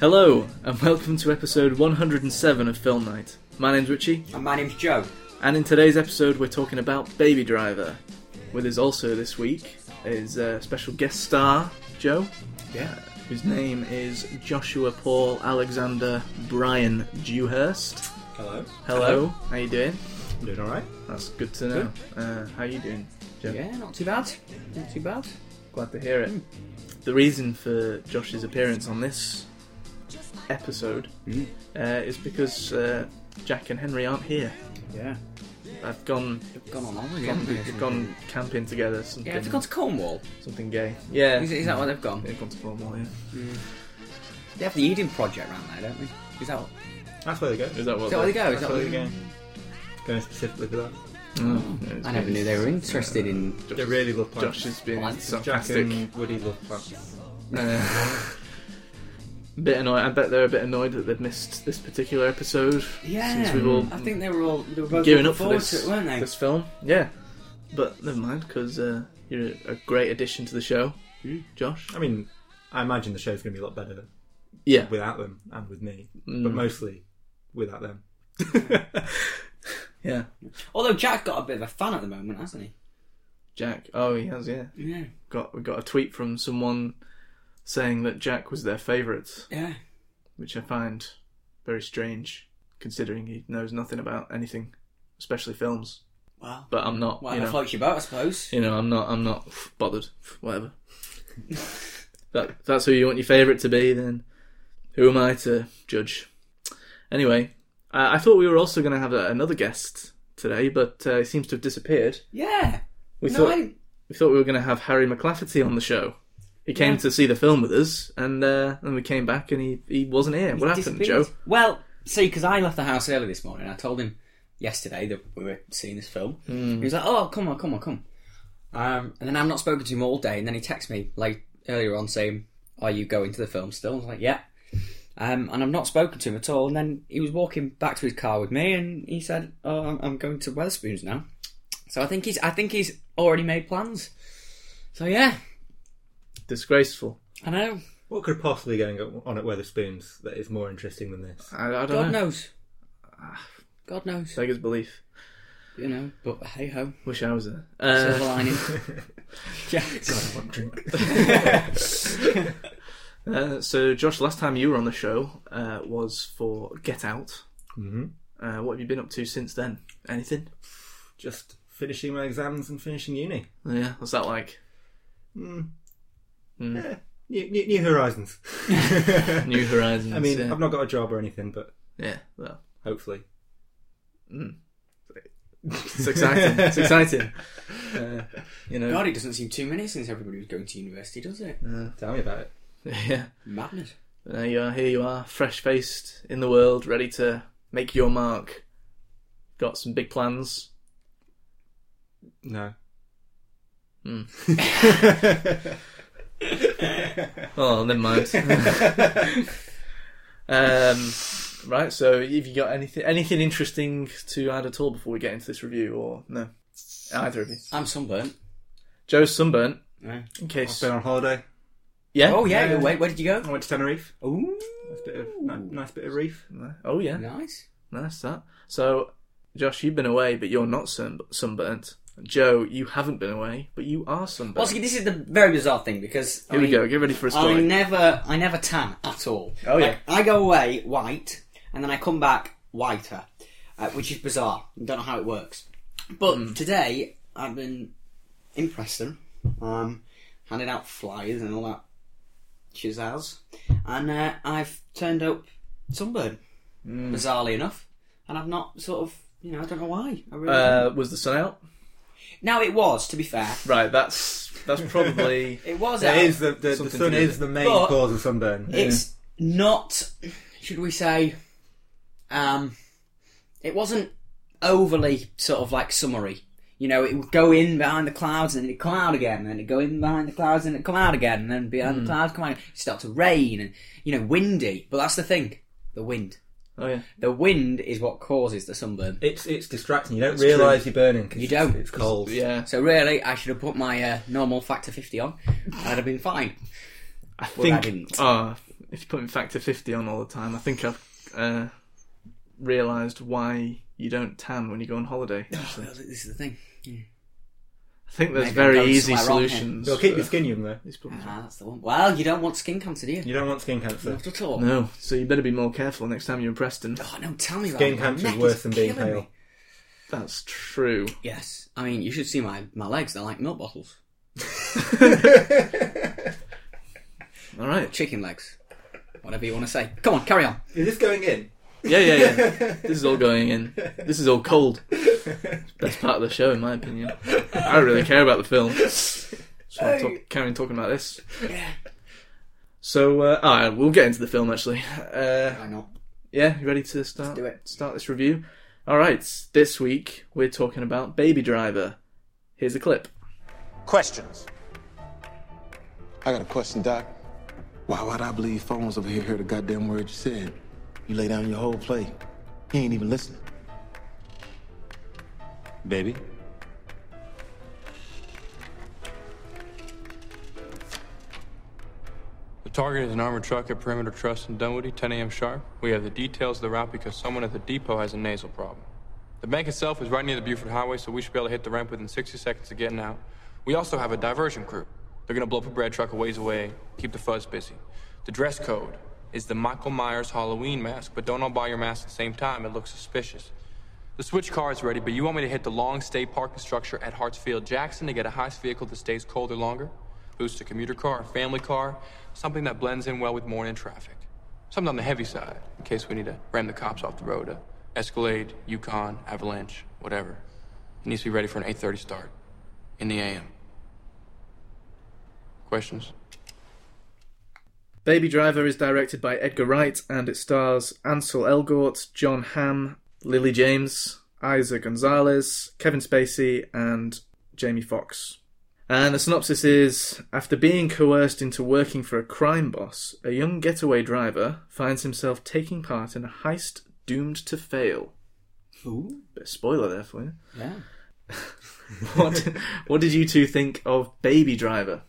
Hello, and welcome to episode 107 of Film Night. My name's Richie, And my name's Joe. and in today's episode, we're talking about Baby Driver. With us also this week is uh, special guest star, Joe, Yeah. whose name is Joshua Paul Alexander Brian Dewhurst. Hello. Hello, how you doing? I'm doing all right. That's good to know. Uh, how you doing? Yeah. not too bad. Not too bad. Glad to hear it. Hmm. The reason for Josh's appearance on this episode Mm. uh, is because uh, Jack and Henry aren't here. Yeah. I've gone, They've gone on holiday. gone, haven't they, or they've something? gone camping together. Something, Yeah, they've gone to Cornwall. something gay. Yeah, Is, is that where they've gone? Mm. they've gone to Cornwall. Yeah. They have the Eden Project round there, don't they? Is that, what- That's where they go. Is that what? is that where they go? Is That's that where they what, go. Going specifically for that. Oh, yeah, it's I never really- knew they were interested in. Josh- They really love plants. Josh has been Plants. Jack sarcastic. and Woody love plants. Uh, bit annoyed. I bet they're a bit annoyed that they've missed this particular episode. Yeah, Since we were all I think they were all they were both gearing looking up for forward this, to it, weren't they? this film. Yeah, but never mind because uh, you're a great addition to the show, Mm. Josh. I mean, I imagine the show's going to be a lot better Yeah, without them and with me, but Mm. mostly without them. yeah. Although Jack got a bit of a fan at the moment, hasn't Jack. Oh, he has. Yeah, he? Yeah, got we got a tweet from someone saying that Jack was their favourite, yeah. which I find very strange, considering he knows nothing about anything, especially films. Well, But I'm not. whatever you know, floats your boat, I suppose. you know, I'm not. I'm not bothered. Whatever. that if that's who you want your favourite to be. Then who am I to judge? Anyway, I, I thought we were also going to have a, another guest today, but uh, he seems to have disappeared. Yeah. We no, thought I, we thought we were going to have Harry McLafferty on the show. He came Yeah. to see the film with us, and uh, and we came back, and he, he wasn't here. what happened, disappeared. Joe? Well, see, because I left the house early this morning. I told him yesterday that we were seeing this film. Hmm. He was like, "Oh, come on, come on, come." Um, and then I've not spoken to him all day, and then he texts me like earlier on saying, "Are you going to the film still?" I was like, "Yeah." Um, and I've not spoken to him at all. And then he was walking back to his car with me, and he said, "Oh, I'm, I'm going to Weatherspoons now." So I think he's, I think he's already made plans. So yeah, Disgraceful. I know. What could possibly be going on at Weatherspoons that is more interesting than this? I, I don't God know. knows. God knows. Beggars belief. You know, but hey ho. Wish I was there. Silver Uh, lining. yeah. uh, so, Josh, last time you were on the show uh, was for Get Out. hmm Uh, what have you been up to since then? Anything? Just finishing my exams and finishing uni. Yeah, what's that like? Mm. Mm. Yeah. New, new, new horizons. New Horizons. I mean, yeah. I've not got a job or anything, but yeah well, hopefully. mm. it's exciting. it's exciting. Uh, you know. God, it doesn't seem too many since everybody was going to university, does it? Uh, Tell me about it. yeah. Madness. But There you are, here you are, fresh faced in the world, ready to make your mark. Got some big plans. No. Hmm. Oh, never mind. um, right, so have you got anything anything interesting to add at all before we get into this review, or no? Either of you. I'm sunburnt. Joe's sunburnt, in case. I've been on holiday. Yeah? Oh yeah. Yeah. Wait, where did you go? I went to Tenerife. Ooh. Nice bit of, ni- nice bit of reef. Oh, yeah. Nice. Nice that. So, Josh, you've been away, but you're not sun- sunburnt. Joe, you haven't been away, but you are sunburnt. Well, see, this is the very bizarre thing because Here I we go, get ready for a I story. never, I never tan at all. Oh, yeah. Like, I go away white, and then I come back whiter, uh, which is bizarre. Don't know how it works. But Hmm. today I've been in Preston, um, handing out flyers and all that shizzazz, and uh, I've turned up sunburn, Hmm. bizarrely enough, and I've not sort of, you know, I don't know why. I really Uh, was the sun out? now it was, to be fair, Right, that's that's probably it was. That out. is the, the, the Something sun to do is the main But- cause of sunburn. It's not, should we say, um, it wasn't overly sort of like summery. You know, it would go in behind the clouds and then it'd come out again, and then it'd go in behind the clouds and it'd come out again, and then behind the clouds come out. It'd start to rain and, you know, windy. But that's the thing the wind. oh yeah. The wind is what causes the sunburn. It's it's distracting. You don't true. realise you're burning. 'cause You don't. It's cold. Yeah, So, really, I should have put my uh, normal factor 50 on, and I'd have been fine. I Well, I think. didn't. Ah, if you put in factor 50 on all the time, I think I've uh, realised why you don't tan when you go on holiday. actually. This is the thing. I think there's Maybe I'm very going easy somewhere wrong here. solutions. It'll keep for your skin young though. these problems. Ah, that's the one. Well, you don't want skin cancer, do you? You don't want skin cancer. Not at all. No, so you better be more careful next time you're in Preston. Oh, no, tell me about Skin it. My cancer neck is worse than being killing me. pale. That's true. Yes. I mean, you should see my, my legs. They're like milk bottles. All right. Chicken legs. Whatever you want to say. Come on, carry on. Is this going in? Yeah, yeah, yeah. This is all going in. This is all cold. Best part of the show, in my opinion. I don't really care about the film. So I'm talk- carrying talking about this. Yeah. So, uh, ah, we'll get into the film actually. Uh, Why not? yeah, you ready to start? do it. Start this review. All right. This week we're talking about Baby Driver. Here's a clip. Questions. I got a question, Doc. Why would I believe phones over here heard a goddamn word you said? You lay down your whole play. He ain't even listening. Baby? The target is an armored truck at Perimeter Trust in Dunwoody, 10 a.m. sharp. We have the details of the route because someone at the depot has a nasal problem. The bank itself is right near the Buford Highway, so we should be able to hit the ramp within 60 seconds of getting out. We also have a diversion crew. They're gonna blow up a bread truck a ways away, keep the fuzz busy. The dress code is the Michael Myers Halloween mask, but don't all buy your mask at the same time. It looks suspicious. The switch car is ready, but you want me to hit the long stay parking structure at Hartsfield Jackson to get a heist vehicle that stays cold or longer? Boost a commuter car, a family car, something that blends in well with morning traffic. Something on the heavy side, in case we need to ram the cops off the road. A Escalade, Yukon, Avalanche, whatever. It needs to be ready for an 8:30 start in the AM. Questions? Baby Driver is directed by Edgar Wright and it stars Ansel Elgort, John Hamm, Lily James, Isa Gonzalez, Kevin Spacey, and Jamie Foxx. And the synopsis is After being coerced into working for a crime boss, a young getaway driver finds himself taking part in a heist doomed to fail. Ooh. Bit of spoiler there for you. Yeah. What, what did you two think of Baby Driver?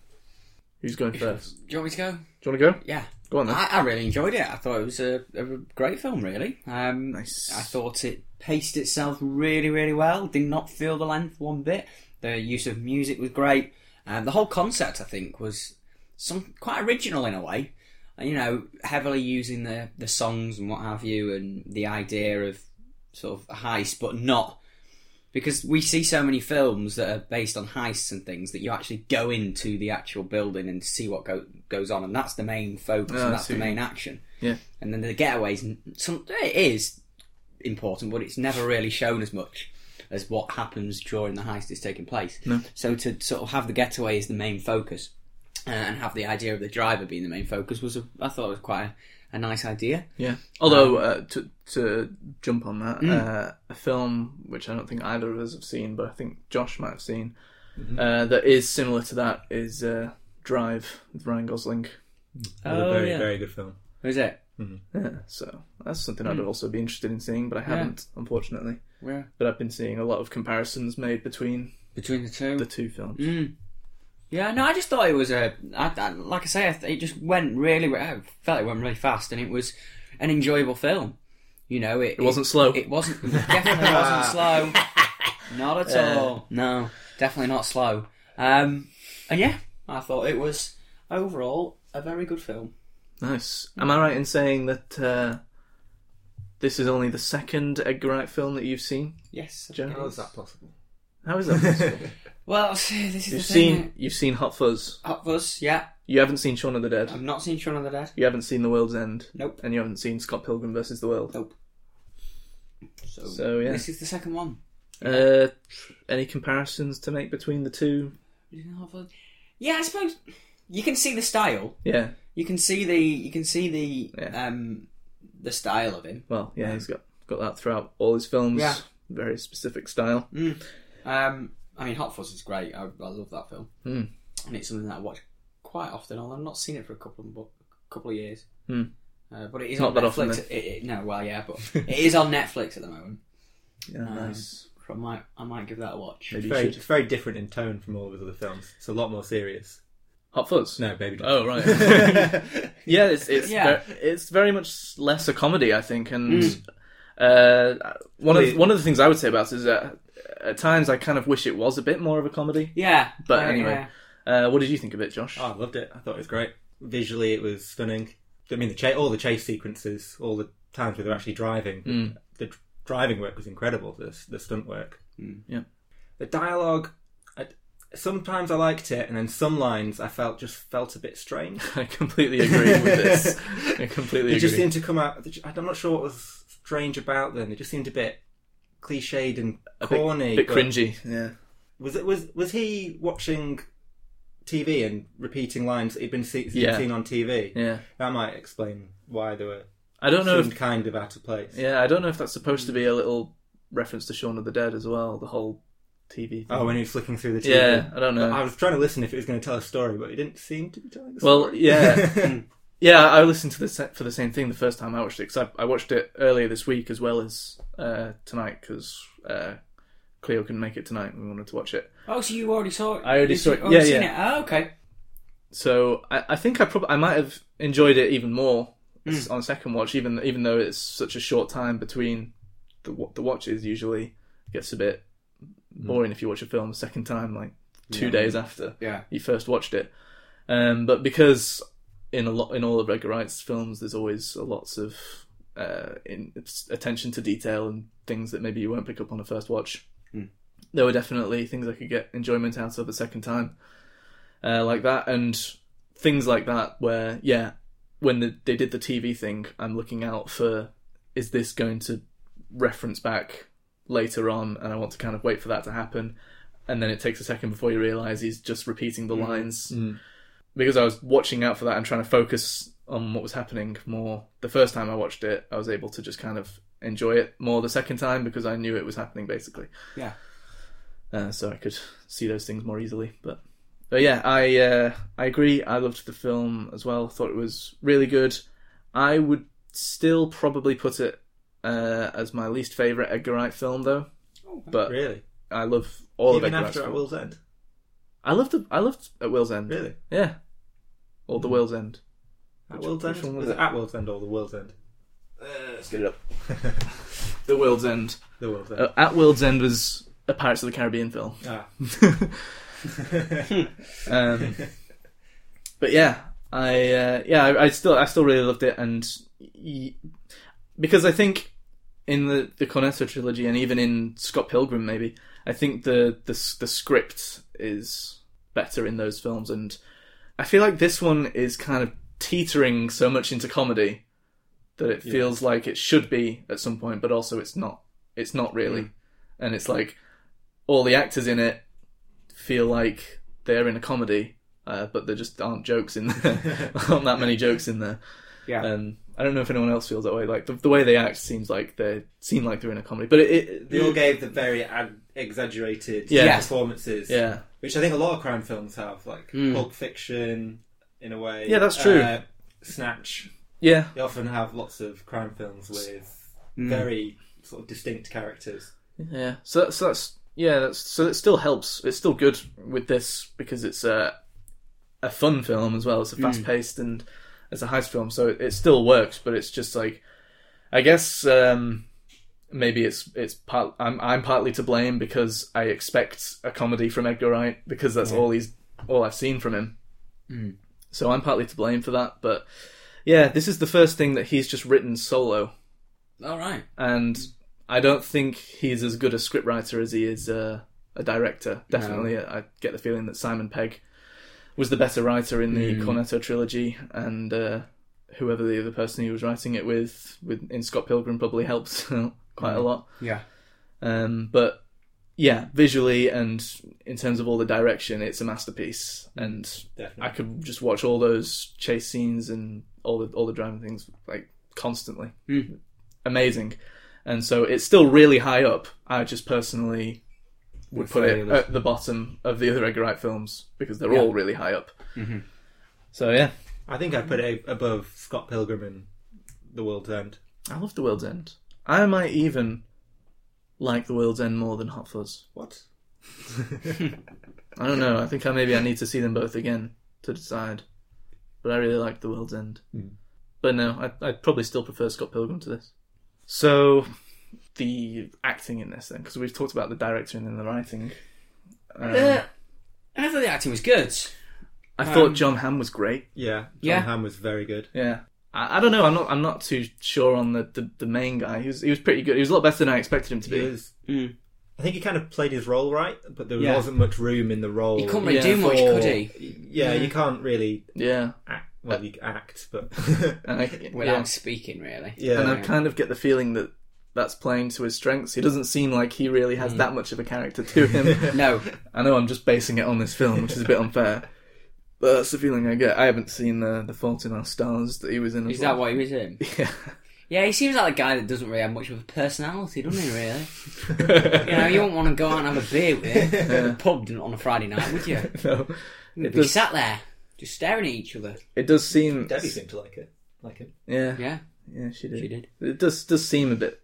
Who's going first? Do you want me to go? Do you want to go? Yeah. Go on then. I, I really enjoyed it. I thought it was a, a great film, really. Um, Nice. I thought it paced itself really, really well. Did not feel the length one bit. The use of music was great. Um, the whole concept, I think, was some quite original in a way. Uh, You know, heavily using the, the songs and what have you, and the idea of sort of a heist, but not because we see so many films that are based on heists and things that you actually go into the actual building and see what go, goes on, and that's the main focus Ah, I and that's see the what you main action. Yeah. And then the getaways, n- some it is important, but it's never really shown as much as what happens during the heist is taking place. So to sort of have the getaway as the main focus uh, and have the idea of the driver being the main focus was, a, I thought, it was quite a, a nice idea. Yeah. Although uh, to to jump on that, uh, a film which I don't think either of us have seen, but I think Josh might have seen, uh, that is similar to that is uh, Drive with Ryan Gosling. a very, yeah. very good film. Was it? Yeah, so that's something I'd also be interested in seeing, but I haven't, unfortunately. Yeah. But I've been seeing a lot of comparisons made between Between the two. the two films. Yeah, no, I just thought it was a. I, I, like I say, I th- it just went really. I felt it went really fast, and it was an enjoyable film. You know, it, it wasn't slow. It wasn't definitely wasn't slow. Not at all. No, definitely not slow. Um, and yeah, I thought it was overall a very good film. Nice. Am I right in saying that uh, this is only the second Edgar Wright film that you've seen, Yes. Joe? possible? How is that possible? Well, see, this is you've the thing. seen you've seen Hot Fuzz. Hot Fuzz. Yeah, You haven't seen Shaun of the Dead. I've not seen Shaun of the Dead. You haven't seen The World's End. Um, Nope. And you haven't seen Scott Pilgrim versus the World. Nope. So, So, yeah. this is the second one. Uh, any comparisons to make between the two? Yeah, I suppose you can see the style. Yeah. You can see the you can see the Yeah. um the style of him. Well, yeah, he's got got that throughout all his films. Um, Yeah. Mm. Very specific style. Um, I mean, Hot Fuzz is great. I, I love that film, Hmm. and it's something that I watch quite often. Although I've not seen it for a couple of bu- couple of years. Uh, but it is Hmm. Not on that Netflix. often, It, it- no, well, yeah, but it is on Netflix at the moment. Yeah, Um, nice. So I might I might give that a watch. Maybe Very, you should. it's very different in tone from all of his other films. It's a lot more serious. Hot Fuzz. No, baby. Driver. Oh right. yeah, it's it's Yeah. Mm. Very, it's very much less a comedy, I think. And uh, one of Well, it- one of the things I would say about it is that at times I kind of wish it was a bit more of a comedy. Yeah, But yeah, anyway, uh, what did you think of it, Josh? Oh, I loved it. I thought it was great. Visually, it was stunning. I mean, the cha- all the chase sequences, all the times where they're actually driving, Hmm. the dr- driving work was incredible. The, s- the stunt work, Yeah. the dialogue. I, sometimes I liked it, and then some lines I felt just felt a bit strange. I completely agree with this. I completely They agree. just seemed to come out. I'm not sure what was strange about them. They just seemed a bit cliched and bit- corny, bit but- cringy. Yeah. Was it was was he watching TV and repeating lines that he'd been, see, he'd Yeah. seen on TV? Yeah. That might explain why they were I don't know seemed if kind of out of place. yeah, I don't know if that's supposed to be a little reference to Shaun of the Dead as well, the whole TV thing. Oh, when he was flicking through the TV. yeah, I don't know. I was trying to listen if it was going to tell a story, but it didn't seem to be telling. A story. Well, yeah, yeah. I listened to this for the same thing the first time I watched it because I, I watched it earlier this week as well as uh, tonight because uh, Cleo couldn't make it tonight. and We wanted to watch it, Oh, so you already saw it? I already You've saw it. already Yeah, seen yeah. It? Oh, okay. so I, I think I probably I might have enjoyed it even more s- Mm. on second watch, even even though it's such a short time between the wa- the watches. Usually gets a bit boring if you watch a film a second time, like two days after. Mm. Yeah. you first watched it. Um, but because in a lot in all of Edgar Wright's films, there's always lots of uh, in, it's attention to detail and things that maybe you won't pick up on a first watch. Mm. There were definitely things I could get enjoyment out of a second time, uh, like that, and things like that where yeah, when the, they did the TV thing, I'm looking out for is this going to reference back later on, and I want to kind of wait for that to happen, and then it takes a second before you realise he's just repeating the lines because I was watching out for that and trying to focus on what was happening more the first time I watched it, I was able to just kind of enjoy it more the second time because I knew it was happening basically. Yeah. Uh, so I could see those things more easily. But, but yeah, I uh, I agree. I loved the film as well. Thought it was really good. I would still probably put it uh, as my least favorite Edgar Wright film though. But really, I love all even of Edgar after Wright's At films. Will's End, I loved the, I loved At Will's End. really. Yeah. Or The Will's End. At Will's which End one was was it? it At Will's End or The World's End? Let's get Uh, it up. the World's End. The World's End. Uh, At World's End was a Pirates of the Caribbean film. Ah. um, but yeah, I uh, yeah, I, I still I still really loved it, and y- because I think in the the Cornetto trilogy and even in Scott Pilgrim, maybe I think the the s- the script is better in those films, and I feel like this one is kind of teetering so much into comedy that it feels like it should be at some point, but also it's not. It's not really, and it's like all the actors in it feel like they're in a comedy, uh, but there just aren't jokes in there. aren't that many jokes in there. Yeah. Um, I don't know if anyone else feels that way. Like the, the way they act seems like they seem like they're in a comedy, but it, it They all gave the very ad- exaggerated Yeah. performances, yeah, which I think a lot of crime films have, like Hmm. Pulp Fiction, in a way. Yeah, that's true. Uh, Snatch. yeah, They often have lots of crime films with Mm. very sort of distinct characters. yeah. So that's, so that's yeah. That's so it still helps. It's still good with this because it's a a fun film as well. It's a fast paced and it's a heist film, so it, it still works. But it's just like I guess um, maybe it's it's part I'm I'm partly to blame because I expect a comedy from Edgar Wright because that's all he's all I've seen from him. So I'm partly to blame for that, but yeah, this is the first thing that he's just written solo, All right. and I don't think he's as good a scriptwriter as he is uh, a director. Definitely, uh, I I get the feeling that Simon Pegg was the better writer in the Cornetto trilogy, and uh, whoever the other person he was writing it with, with in Scott Pilgrim, probably helps quite a lot. Yeah. Um, but yeah, visually and in terms of all the direction, it's a masterpiece. And I Definitely. could just watch all those chase scenes and all the all the driving things like constantly. Amazing. And so it's still really high up. I just personally would put Prefer it the others. at the bottom of the other Edgar Wright films because they're all really high up. So yeah, I think I put it above Scott Pilgrim and The World's End. I love The World's End. I might even like The World's End more than Hot Fuzz. What? I don't know. I think I maybe I need to see them both again to decide. But I really liked The World's End. But no, I, I'd probably still prefer Scott Pilgrim to this. So, the acting in this then, because we've talked about the directing and the writing. Um, Uh, I thought the acting was good. I thought John Hamm was great. Yeah, John Yeah. Hamm was very good. Um, Yeah. I, I don't know. I'm not. I'm not too sure on the, the, the main guy. He was he was pretty good. He was a lot better than I expected him to He be. was, I think he kind of played his role right, but there Mm. Yeah. wasn't much room in the role. He couldn't really Yeah, do much, for- could he? Yeah, you can't really Yeah. act. Well, you act, but And I, Without yeah. speaking, really. Um, yeah, and I kind of get the feeling that that's playing to his strengths. He doesn't seem like he really has that much of a character to him. No, I know I'm just basing it on this film, which is a bit unfair. But that's the feeling I get. I haven't seen the the Fault in Our Stars that he was in. As is that well. what he was in? Yeah. Yeah, he seems like a guy that doesn't really have much of a personality, doesn't he? Really, you know, you wouldn't want to go out and have a beer with him at the pub on a Friday night, would you? no. You'd be does- sat there just staring at each other. It does seem. Debbie seemed to like it. Like it. Yeah. Yeah, Yeah, she did. she did. It does does seem a bit.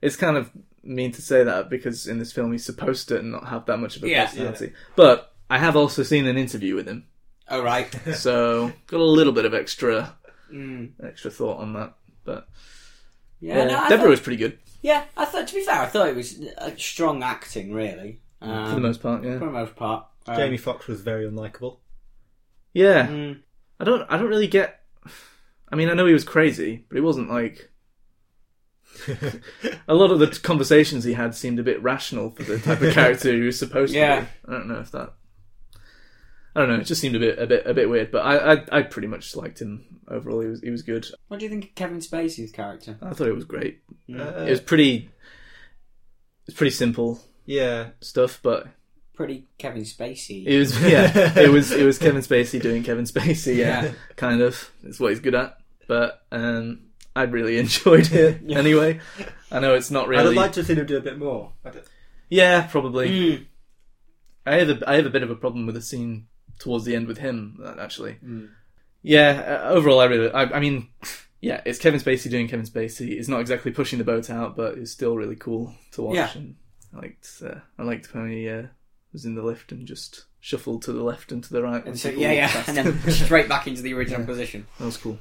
It's kind of mean to say that because in this film he's supposed to not have that much of a Yeah. personality. But I have also seen an interview with him, All right. so got a little bit of extra extra thought on that. But Mm. Yeah, yeah, no, I Deborah thought, was pretty good yeah, I thought to be fair, I thought it was uh, strong acting, really, um, for the most part. Yeah, for the most part. Um, Jamie Foxx was very unlikable. yeah. Mm. I don't I don't really get. I mean, I know he was crazy, but he wasn't like. Mm. a lot of the conversations he had seemed a bit rational for the type of character he was supposed Yeah. to be. I don't know if that. I don't know. It just seemed a bit, a bit, a bit weird. But I, I, I pretty much liked him overall. He was, he was good. What do you think of Kevin Spacey's character? I thought it was great. Uh, It was pretty. It's pretty simple yeah, stuff, but Pretty Kevin Spacey. it was yeah. it was it was Kevin Spacey doing Kevin Spacey. Yeah, kind of. It's what he's good at. But um, I really enjoyed it anyway. I know it's not really. I'd have liked to have seen him do a bit more. I don't- Yeah, probably. Mm. I have a I have a bit of a problem with the scene towards the end with him uh, actually. Hmm. Yeah, uh, overall I really I, I mean yeah, it's Kevin Spacey doing Kevin Spacey. It's not exactly pushing the boat out, but it's still really cool to watch. Yeah. And I liked uh, I liked when he uh, was in the lift and just shuffled to the left and to the right. when And so, people yeah, walked yeah, past. and then straight back into the original position. that was cool.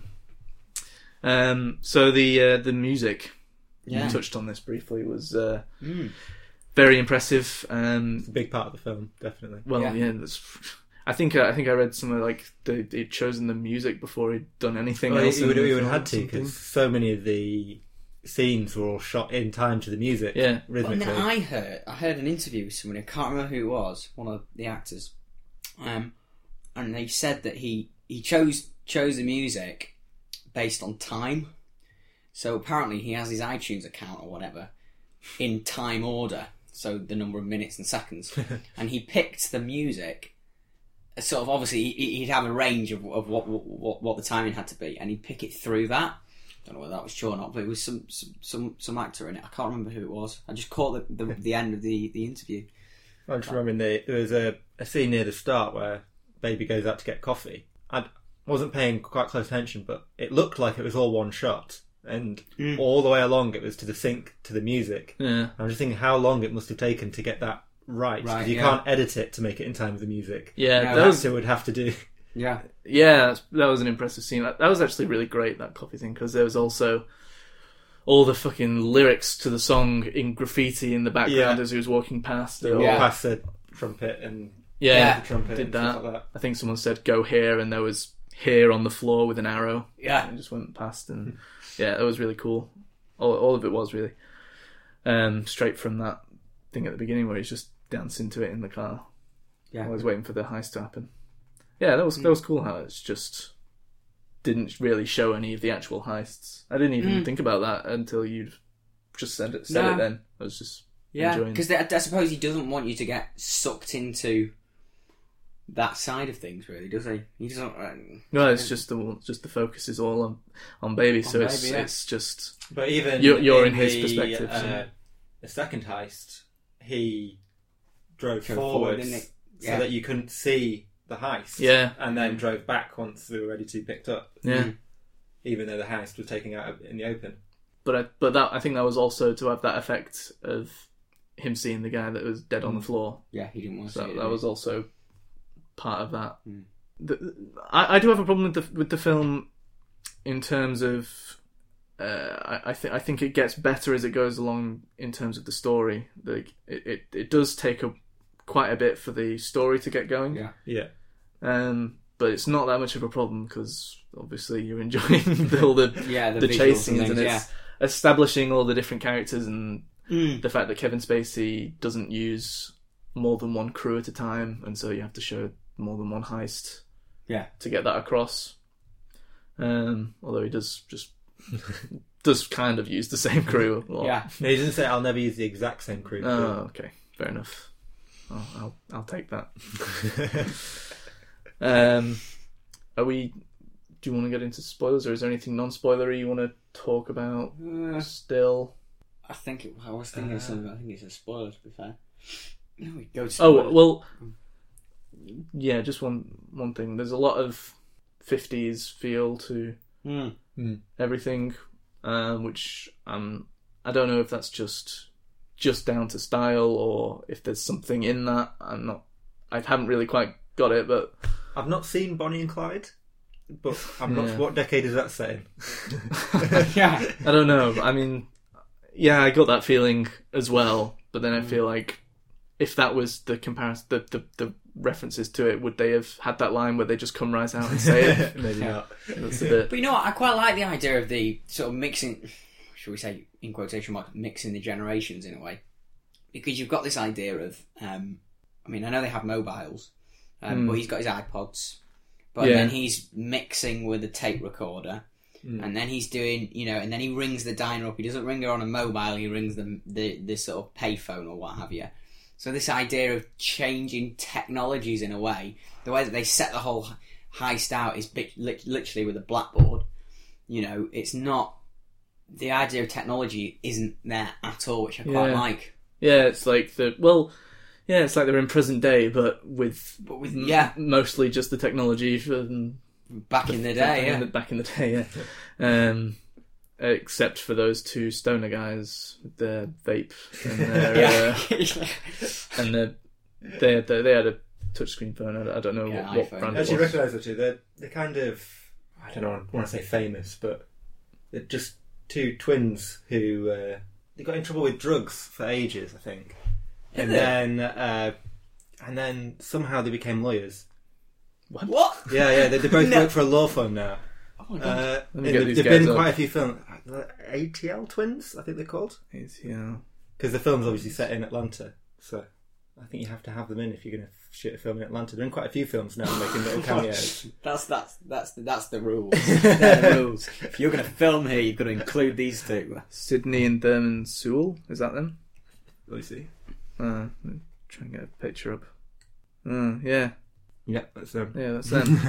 Um, so the uh, the music Yeah. you touched on this briefly was uh, very impressive. Um, It's a big part of the film, definitely. Well, Yeah. yeah, that's. I think uh, I think I read somewhere like they they'd chosen the music before he'd done anything Well, else. he in would, the he would film have or had to something. because so many of the scenes were all shot in time to the music. Yeah. Well, and rhythmically. then I heard I heard an interview with somebody I can't remember who it was, one of the actors, um, and they said that he he chose chose the music based on time. So apparently he has his iTunes account or whatever in time order, so the number of minutes and seconds, and he picked the music. Sort of obviously he- he'd have a range of, of what, what what the timing had to be, and he'd pick it through that don't know whether that was true or not, but it was some some some, some actor in it. I can't remember who it was. I just caught the the, the end of the, the interview. I'm just remembering the, there was a, a scene near the start where Baby goes out to get coffee. I wasn't paying quite close attention, but it looked like it was all one shot, and all the way along it was to the sync to the music. Yeah, I'm just thinking how long it must have taken to get that right because Right, you yeah. can't edit it to make it in time with the music. yeah, Yeah, that was So it would have to do. Yeah, yeah, that's- that was an impressive scene. That, that was actually really great that coffee thing because there was also all the fucking lyrics to the song in graffiti in the background Yeah. as he was walking past. They all Yeah. pass the trumpet and Yeah, Yeah. the trumpet did and stuff that. like that. I think someone said go here, and there was here on the floor with an arrow. yeah. Hmm. I just went past and yeah, that was really cool. All, all of it was really um, straight from that thing at the beginning where he's just dancing to it in the car. Yeah. I was waiting for the heist to happen. Yeah, that was that was cool. How it's just didn't really show any of the actual heists. I didn't Hmm. even think about that until you just said it. Said No. it then. I was just Yeah, enjoying- because I suppose he doesn't want you to get sucked into that side of things, really, does he? He doesn't. um, no. It's just the just the focus is all on on baby. so it's baby, yeah. it's just But even You're- you're in his perspective, uh, so- the second heist, he drove Drove forward, forward didn't he? so Yeah. that you couldn't see the heist. Yeah. and then drove back once they were ready to be picked up. yeah. Even though the heist was taking out in the open. but I, but that I think that was also to have that effect of him seeing the guy that was dead on the floor. yeah, he didn't want to. So see it, that, that was also part of that. the, I, I do have a problem with the with the film in terms of uh, I, I think I think it gets better as it goes along in terms of the story. Like it, it, it does take a quite a bit for the story to get going. Yeah. Yeah. Um, but it's not that much of a problem because obviously you're enjoying the, all the Yeah, the the, visuals chase and scenes and, things, it's establishing all the different characters and the fact that Kevin Spacey doesn't use more than one crew at a time, and so you have to show more than one heist. Yeah. To get that across. Um, although he does just does kind of use the same crew. a lot. Yeah. No, he doesn't say I'll never use the exact same crew. Oh, okay. Fair enough. I'll I'll, I'll take that. um, are we? Do you want to get into spoilers, or is there anything non-spoilery you want to talk about? Uh, Still. I think it, I was thinking of something. I think it's a spoiler. To be fair. No, we go to Oh spoilers. well. Yeah, just one one thing. There's a lot of '50s feel to Hmm. everything, um, which um, I don't know if that's just just down to style or if there's something in that. I'm not. I haven't really quite got it, but I've not seen Bonnie and Clyde, but I'm not Yeah. what decade is that set in? yeah. I don't know. I mean, yeah, I got that feeling as well, but then I feel like if that was the comparison, the, the the references to it, would they have had that line where they just come right out and say it? Maybe not. That's a bit. But you know what? I quite like the idea of the sort of mixing, shall we say, in quotation marks, mixing the generations in a way. Because you've got this idea of, um, I mean, I know they have mobiles, um, but he's got his iPods, but Yeah. then he's mixing with a tape recorder, and then he's doing, you know, and then he rings the diner up. He doesn't ring her on a mobile, he rings them the, this sort of payphone or what have you. So this idea of changing technologies in a way, the way that they set the whole heist out is bit, lit literally with a blackboard. You know, it's not the idea of technology isn't there at all, which I quite Yeah. like. Yeah, it's like the well, yeah, it's like they're in present day, but with But with m- yeah, mostly just the technology from back in the day, back in the, yeah, back in the day, yeah. Um, except for those two stoner guys with their vape and their. Uh, yeah. and the, they had the, they had a touchscreen phone. I, I don't know Yeah, what, iPhone. what brand As you it was. recognise the two, they're they're kind of I don't know, I want to say famous, but they're just two twins who uh, they got in trouble with drugs for ages, I think, and then uh, and then somehow they became lawyers. what? Oh Yeah, yeah, they, they both No. work for a law firm now. Uh, Let me and get they've these they've guys been up. quite a few films. ATL twins, I think they're called, It's, yeah, because the film's obviously set in Atlanta. So I think you have to have them in if you're going to shoot a film in Atlanta. There are quite a few films now making little cameos. That's that's that's the, that's the rules. They're the rules. If you're going to film here, you've got to include these two. Sydney and Thurman Sewell. Is that them? Let me see. Uh, let me try and get a picture up. Uh, yeah, Yeah, that's um, them. yeah, that's them.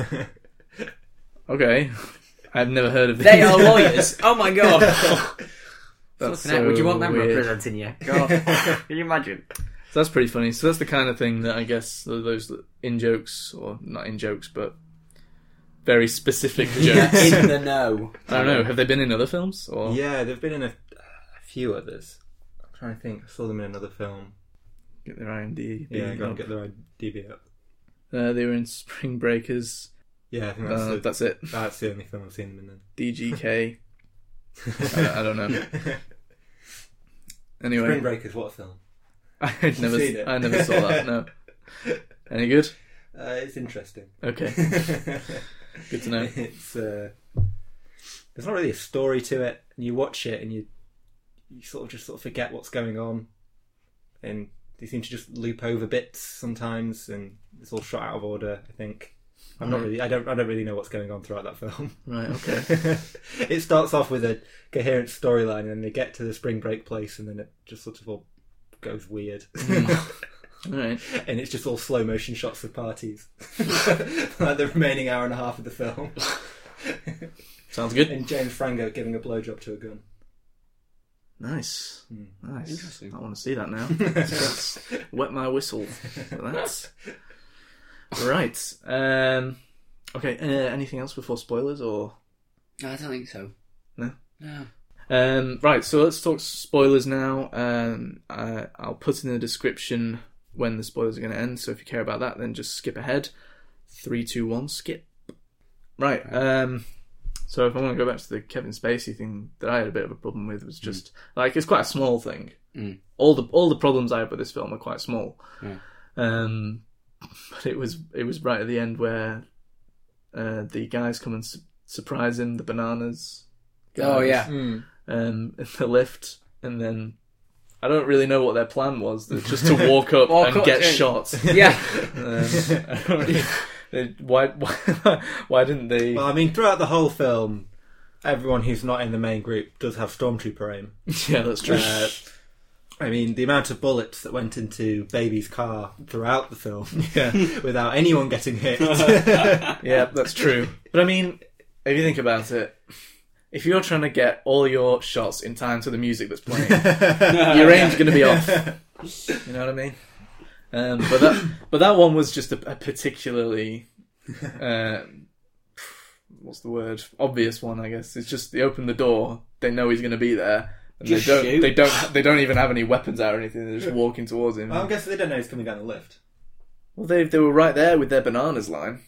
okay, I've never heard of these. They are lawyers. Oh my god! That's Fucking heck, would you want them weird. representing you? God, can you imagine? So that's pretty funny. So that's the kind of thing that I guess th- those in jokes or not in jokes, but very specific jokes. In the know. I don't know. Have they been in other films? Or Yeah, they've been in a, a few others. I'm trying to think. I saw them in another film. get their IMDb. Yeah, go up. and get their DB up. oh. Uh, they were in Spring Breakers. Yeah, I think that's, Uh, the, that's it. that's the only film I've seen them DGK. in I, I don't know. then. Spring Anyway, Breakers, what film? I never, seen it. I never saw that. No. Any good? Uh, it's interesting. Okay, good to know. It's uh, there's not really a story to it, and you watch it and you you sort of just sort of forget what's going on, and they seem to just loop over bits sometimes, and it's all shot out of order. I think I'm not Right. really I don't I don't really know what's going on throughout that film. Right. Okay. it starts off with a coherent storyline, and then they get to the spring break place, and then it just sort of all goes weird. Hmm. All right. and it's just all slow motion shots of parties, like the remaining hour and a half of the film, Sounds good. and James Franco giving a blowjob to a gun. Nice. Nice. Interesting. I want to see that now. Hmm. That's- Wet my whistle. for that. right. Um. Okay. Uh, anything else before spoilers or? I don't think so. No? No. Um, right, so let's talk spoilers now. Um, I, I'll put in the description when the spoilers are going to end, so if you care about that, then just skip ahead. Three, two, one, skip. Right. Um, so if I want to go back to the Kevin Spacey thing that I had a bit of a problem with was just like it's quite a small thing. Mm. All the all the problems I have with this film are quite small. Yeah. Um, but it was it was right at the end where uh, the guys come and su- surprise him, the bananas. Oh guys yeah, Hmm. um, in the lift, and then I don't really know what their plan was. They're just to walk up Walk and up, get yeah. shot. yeah. Um, I don't really- they- why, why? Why didn't they? Well, I mean, throughout the whole film, everyone who's not in the main group does have stormtrooper aim. Yeah, that's true. Uh, I mean, the amount of bullets that went into Baby's car throughout the film, without anyone getting hit. yeah, that's true. But I mean, if you think about it. If you're trying to get all your shots in time to the music that's playing, your aim's going to be off. You know what I mean? Um, but that, but that one was just a, a particularly, uh, what's the word? Obvious one, I guess. It's just they open the door, they know he's going to be there, and Just they don't, shoot. they don't, they don't even have any weapons out or anything. They're just walking towards him. I'm guessing they don't know he's coming down the lift. well, they they were right there with their bananas line.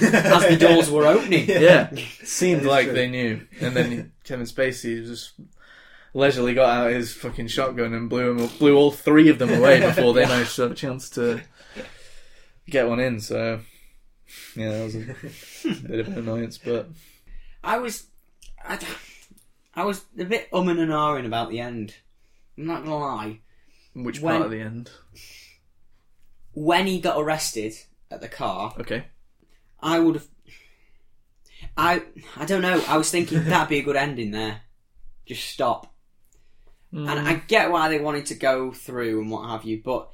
As the doors were opening, Yeah, seemed That is like true. they knew. And then Kevin Spacey just leisurely got out his fucking shotgun and blew him, blew all three of them away before they managed to have a chance to get one in. So yeah, that was a bit of an annoyance. But I was, I, d- I was a bit umming and ahhing about the end. I'm not gonna lie. which When- part of the end? When he got arrested at the car, Okay, I would have. I I don't know. I was thinking that'd be a good ending there. Just stop. Mm. And I get why they wanted to go through and what have you, but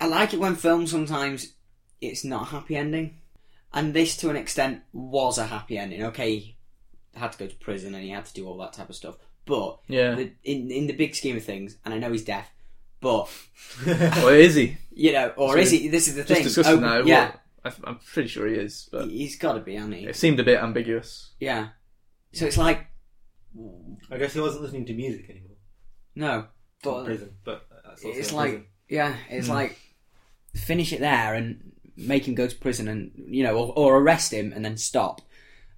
I like it when films sometimes it's not a happy ending. And this, to an extent, was a happy ending. Okay, he had to go to prison and he had to do all that type of stuff, but Yeah. the, in in the big scheme of things, and I know he's deaf, but or is he? you know, or So is he? This is the Just thing. discussing Oh, that. well, Yeah, I, I'm pretty sure he is, but he's got to be, hasn't he? it seemed a bit ambiguous. Yeah. So it's like I guess he wasn't listening to music anymore. no, in but prison, but uh, that's also it's in like prison. yeah, Hmm. it's like finish it there and make him go to prison and you know, or, or arrest him and then stop,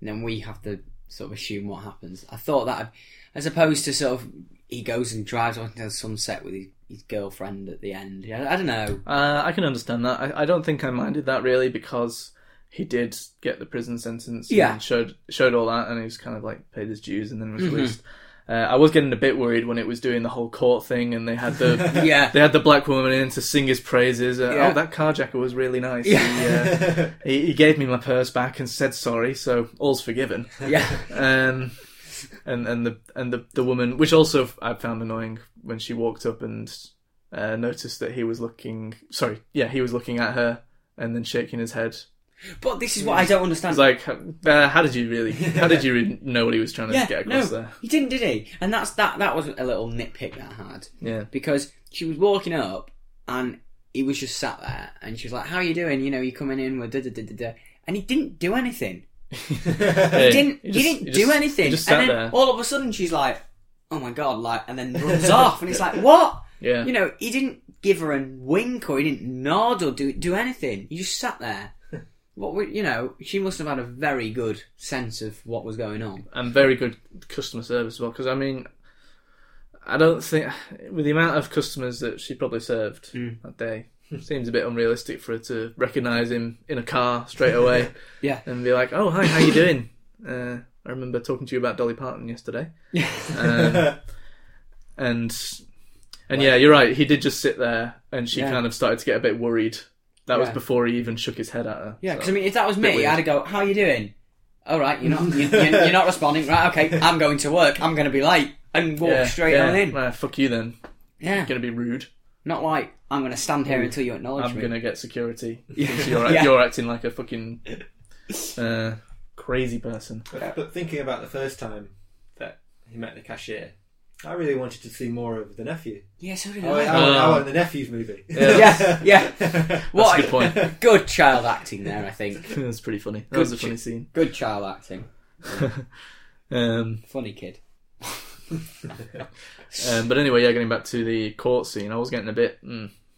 and then we have to sort of assume what happens. I thought that as opposed to sort of he goes and drives on to the sunset with his, his girlfriend at the end. Yeah, I don't know. Uh, I can understand that. I, I don't think I minded that really because he did get the prison sentence. Yeah. Mm-hmm. and showed showed all that, and he was kind of like paid his dues and then was released. Uh, I was getting a bit worried when it was doing the whole court thing, and they had the Yeah. they had the black woman in to sing his praises. Uh, Yeah. Oh, that carjacker was really nice. He, uh, he, he gave me my purse back and said sorry, so all's forgiven. Yeah, Um, and and the and the, the woman, which also f- I found annoying when she walked up and uh, noticed that he was looking. Sorry, yeah, he was looking at her and then shaking his head. but this is what I don't understand. It's like, uh, how did you really? How did you really know what he was trying to yeah, get no, across there? he didn't, did he? And that's that. That was a little nitpick that I had. Yeah, because she was walking up and he was just sat there and she was like, How are you doing? You know, you coming in with da da da da da and he didn't do anything. Hey, He didn't he, just- didn't he do just- anything. He just sat and then there. all of a sudden she's like, Oh my god, like and then runs off and it's like, What? Yeah. You know, he didn't give her a wink or he didn't nod or do do anything. He just sat there. What we, you know, she must have had a very good sense of what was going on. and very good customer service as well. Because I mean, I don't think with the amount of customers that she probably served Hmm. that day, seems a bit unrealistic for her to recognise him in a car straight away. Yeah. and be like, "Oh, hi, how you doing?" Uh, I remember talking to you about Dolly Parton yesterday. um, and and yeah, you're right. He did just sit there, and she Yeah. kind of started to get a bit worried. That was Yeah. before he even shook his head at her. Yeah, because so. I mean, if that was me, weird. I'd go, "How you doing? All right, you're not, you're, you're you're not responding. Right, okay, I'm going to work. I'm going to be late, and walk Yeah, straight yeah, on in. well, fuck you then. Yeah, You're gonna be rude. not like I'm going to stand here until you acknowledge I'm me. gonna get security. You're, Yeah. you're acting like a fucking uh, crazy person. But, but thinking about the first time that he met the cashier, I really wanted to see more of the nephew. Yeah, so did I, I, I. want- I Oh. want the nephew's movie. yeah, yeah. what That's a good point. good child acting there, I think. That's pretty funny. That Good was a ch- funny scene. Good child acting. Um, Funny kid. um, but anyway, yeah, getting back to the court scene, I was getting a Hmm. bit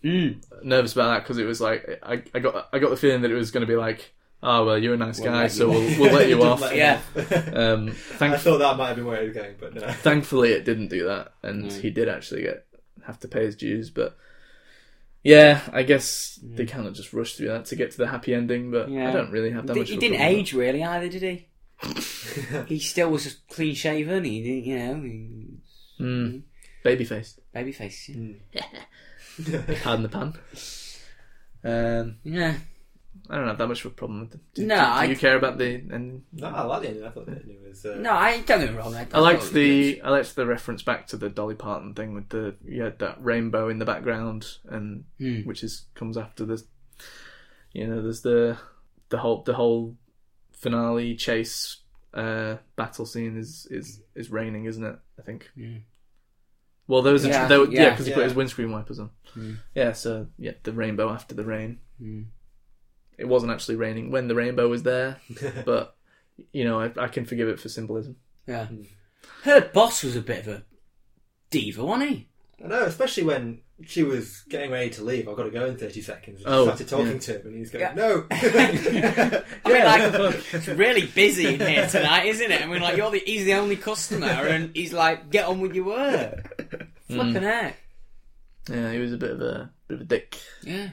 mm, nervous about that because it was like I, I got I got the feeling that it was going to be like oh well, you're a nice We'll guy, let you so we'll, we'll let you Just off. let him Yeah. off. Um, I thank- thought that might have been where he was going, but no. thankfully, it didn't do that, and No. he did actually get have to pay his dues. But yeah, I guess they kind of just rushed through that to get to the happy ending. But I Mm. Yeah. don't really have that He- much. he of a didn't problem with age really either, did he? he still was just clean shaven. He didn't, you know, he- that. Mm, baby faced, baby face. Hmm. Yeah. pan the pan. Um, Yeah. I don't have that much of a problem with them. Do, No, do, do I- you care about the ending? No, I like the ending. I thought the ending was. Uh, No, I don't get me wrong. I, I liked the I liked the reference back to the Dolly Parton thing with the you had that rainbow in the background and Hmm. which is comes after the you know there's the the whole the whole finale chase uh, battle scene is is is raining isn't it I think Yeah. well there was a Yeah, tr- there, was- yeah yeah, because he put yeah. his windscreen wipers on Hmm. yeah so yeah the rainbow after the rain Hmm. it wasn't actually raining when the rainbow was there but you know I, I can forgive it for symbolism Yeah. Mm. Her boss was a bit of a diva, wasn't he? I know, especially when she was getting ready to leave. I've got to go in 30 seconds. And Oh, she started talking yeah. to him, and he's going, Yeah. No! I mean, like, look, it's really busy in here tonight, isn't it? I mean, like, you're the, he's the only customer, and he's like, get on with your work. Flipping heck. Hmm. yeah he was a bit of a bit of a dick Yeah.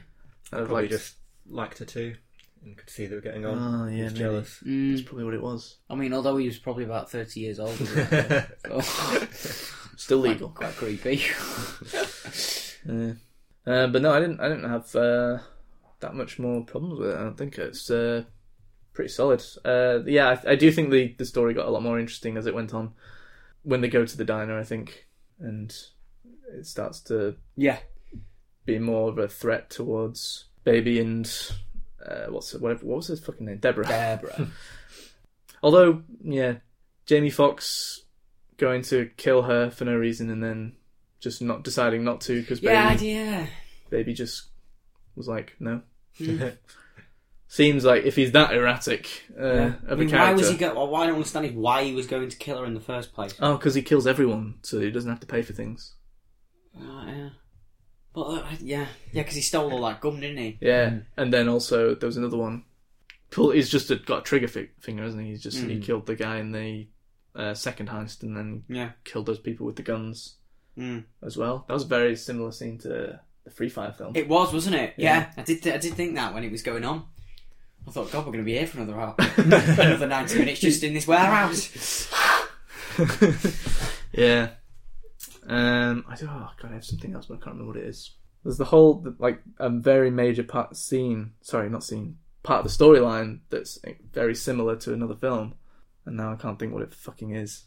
I'd have Probably liked- just liked her too and could see they were getting on. Oh, He yeah, was maybe. jealous. Mm. That's probably what it was. I mean, although he was probably about 30 years old. so- Still legal. Quite creepy. Yeah. Uh, but no, I didn't. I didn't have uh, that much more problems with it. I don't think it's uh, pretty solid. Uh, yeah, I, I do think the the story got a lot more interesting as it went on. When they go to the diner, I think, and it starts to yeah. be more of a threat towards Baby and uh, what's whatever what was his fucking name? Deborah. Deborah. Although, yeah, Jamie Fox going to kill her for no reason and then just not deciding not to because yeah, baby, yeah. baby just was like no. Hmm. Seems like if he's that erratic uh, I of mean, a why character. was he go- well, why I don't understand is why he was going to kill her in the first place. Oh, because he kills everyone, so he doesn't have to pay for things. Oh, yeah. But uh, yeah, yeah, because he stole all that gum, didn't he? Yeah, and then also there was another one. Pull, he's just a, got a trigger fi- finger, hasn't he? He's just he killed the guy in the uh, second heist, and then Yeah. killed those people with the guns Mm. as well. That was a very similar scene to the Free Fire film. It was, wasn't it? Yeah. Yeah, I did. Th- I did think that when it was going on. I thought, God, we're going to be here for another hour, another ninety minutes just in this warehouse. yeah. Um, I do. Oh god, I have something else, but I can't remember what it is. There's the whole like a very major part scene. Sorry, not scene. Part of the storyline that's very similar to another film, and now I can't think what it fucking is.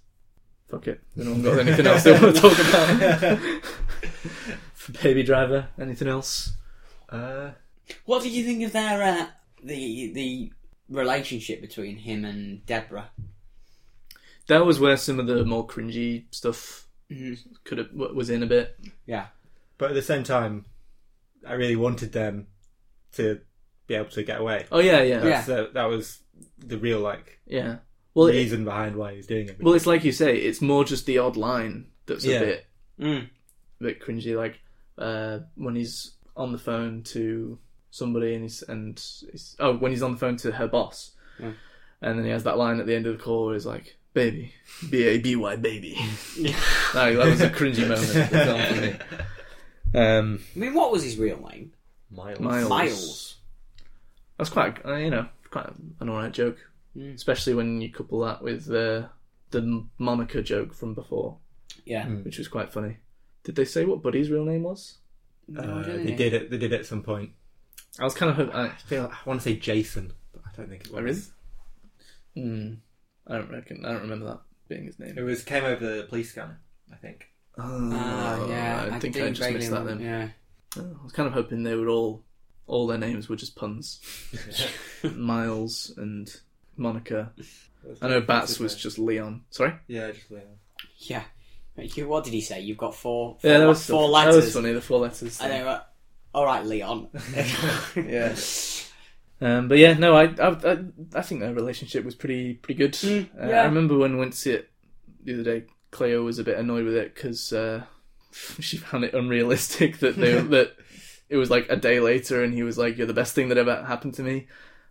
Fuck it. Has anyone got anything else they want to talk about? For Baby Driver, anything else? Uh, What did you think of their uh, the the relationship between him and Deborah? That was where some of the more cringy stuff Mhm. could have was in a bit. Yeah, but at the same time, I really wanted them to be able to get away. Oh yeah, yeah, yeah. Yeah. That's, uh, that was the real like Well, it, reason behind why he was doing it. Well, it's like you say, it's more just the odd line that's a Yeah. bit, Mm. a bit cringy. Like uh, when he's on the phone to somebody, and he's and he's, oh, when he's on the phone to her boss, Mm. and then he has that line at the end of the call where he's like, "Baby, b a b y, baby." like, that was a cringy moment. of the film for me. Um, I mean, what was his real name? Miles. Miles. Miles. That's quite, uh, you know, quite an alright joke, especially when you couple that with uh, the Monica joke from before. Yeah, which was quite funny. Did they say what Buddy's real name was? no, Uh, I don't they know. did it. They did it at some point. I was kind of hoping. I, I feel I want to say Jason, but I don't think Oh, it was. Hmm. I don't reckon. I don't remember that being his name. It was came over the police scanner, I think. Oh, Ah, yeah, I think I, do just missed vaguely that remember- then. Yeah. Oh, I was kind of hoping they were all, all their names were just puns. Miles and Monica. I know Bats was just Leon. Sorry. Yeah, just Leon. Yeah. You- What did he say? You've got four, four, Yeah, that was four stuff- letters. That was funny. The four letters. And they thing. were, all right, Leon. Yeah. Um, but yeah, no, I, I I I think their relationship was pretty pretty good. uh, I Mm, yeah. remember when we went to see it the other day, Cleo was a bit annoyed with it because uh, she found it unrealistic that they that it was like a day later, and he was like, "You're the best thing that ever happened to me."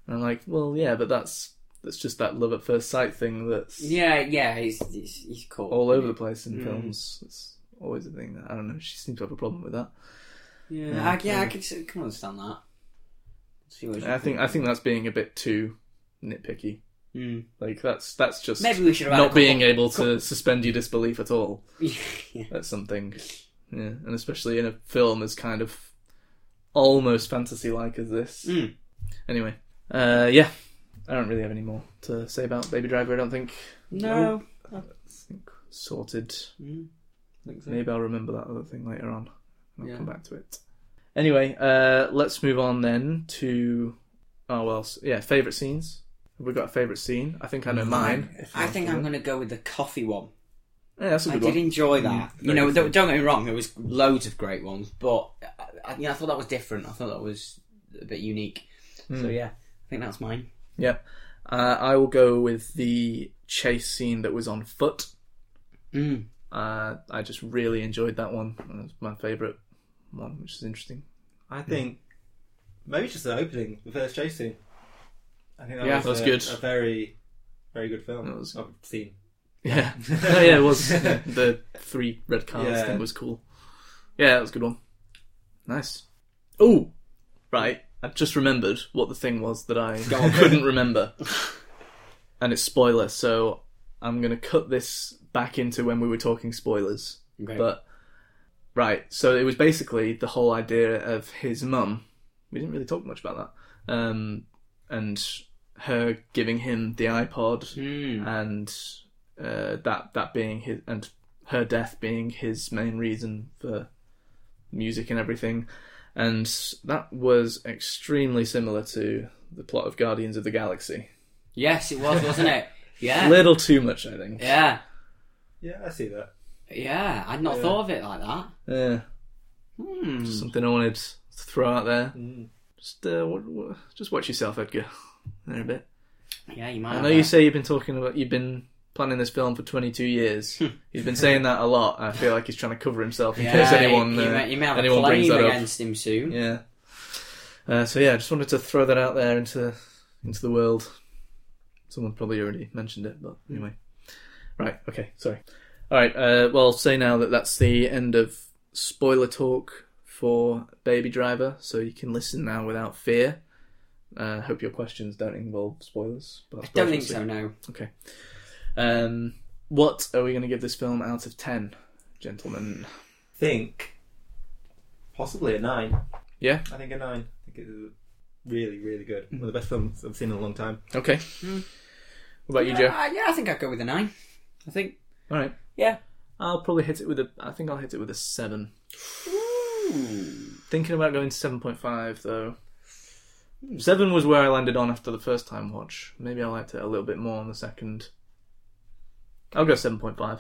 And I'm like, well, yeah, but that's that's just that love at first sight thing that's Yeah, Mm. yeah, he's he's, he's cool. all over the place in films. It's always a thing. That, I don't know. She seems to have a problem with that. Yeah, yeah, I, yeah, I can, s- can understand that. See what And I think I think that's being a bit too nitpicky. Mm. Like that's that's just Maybe we should have had a not couple- being able to suspend your disbelief at all. yeah. That's something. Yeah, and especially in a film as kind of almost fantasy like as this. Mm. Anyway, uh, yeah, I don't really have any more to say about Baby Driver. I don't think. No, Hmm. I think sorted. Mm. think so. Maybe I'll remember that other thing later on. and I'll Yeah. come back to it. Anyway, uh, let's move on then to oh well, s- yeah, favorite scenes. Have we got a favorite scene? I think I Mm. know mine. if I you want think to I'm do it. going to go with the coffee one. Yeah, that's a I good did one. enjoy that. Mm, you know, very don't, don't get me wrong. There was loads of great ones, but uh, I, I, you know, I thought that was different. I thought that was a bit unique. Hmm. So yeah, I think that's mine. Yeah, uh, I will go with the chase scene that was on foot. Mm. Uh, I just really enjoyed that one. It was my favorite one, which is interesting. I think maybe it's just the opening, the first chase scene. I think that Yeah. was That's a, good. a very, very good film. That was- I've seen. Yeah, no, Oh, yeah, it was yeah, the three red cards Yeah. thing was cool. Yeah, that was a good one. Nice. Oh, right. I just remembered what the thing was that I couldn't remember, and it's spoiler. So I'm gonna cut this back into when we were talking spoilers. Great. But right, so it was basically the whole idea of his mum. We didn't really talk much about that, um, and her giving him the iPod Mm. and uh, that that being his and her death being his main reason for music and everything, and that was extremely similar to the plot of Guardians of the Galaxy. Yes, it was, wasn't it? Yeah, Little too much, I think. yeah, Yeah, I see that. yeah. I'd not thought of it like that. Yeah. Hmm. Just something I wanted to throw out there. Mm. Just uh, what, what, just watch yourself, Edgar. There a bit. Yeah, you might. I have know you that. say you've been talking about you've been planning this film for 22 Hmm. years. He's been saying that a lot. I feel like he's trying to cover himself in case anyone you, uh, may, you may have anyone a brings claim that up. against him soon. Yeah. Uh, so yeah, I just wanted to throw that out there into into the world. Someone probably already mentioned it, but Hmm. anyway. Right. Okay. Sorry. All right. Uh, well, I'll say now that that's the end of spoiler talk for Baby Driver, so you can listen now without fear. Uh, hope your questions don't involve spoilers. But I don't think so. No. Okay. Um, what are we going to give this film out of ten, gentlemen? Think possibly a nine. Yeah. I think a nine. I think it's really, really good. One of the best films I've seen in a long time. Okay. Hmm. What about you, Joe? Uh, yeah, I think I'd go with a nine. I think. All right. Yeah. I'll probably hit it with a. I think I'll hit it with a seven. Thinking about going to seven point five though. Seven was where I landed on after the first time watch. Maybe I liked it a little bit more on the second. I'll go seven point five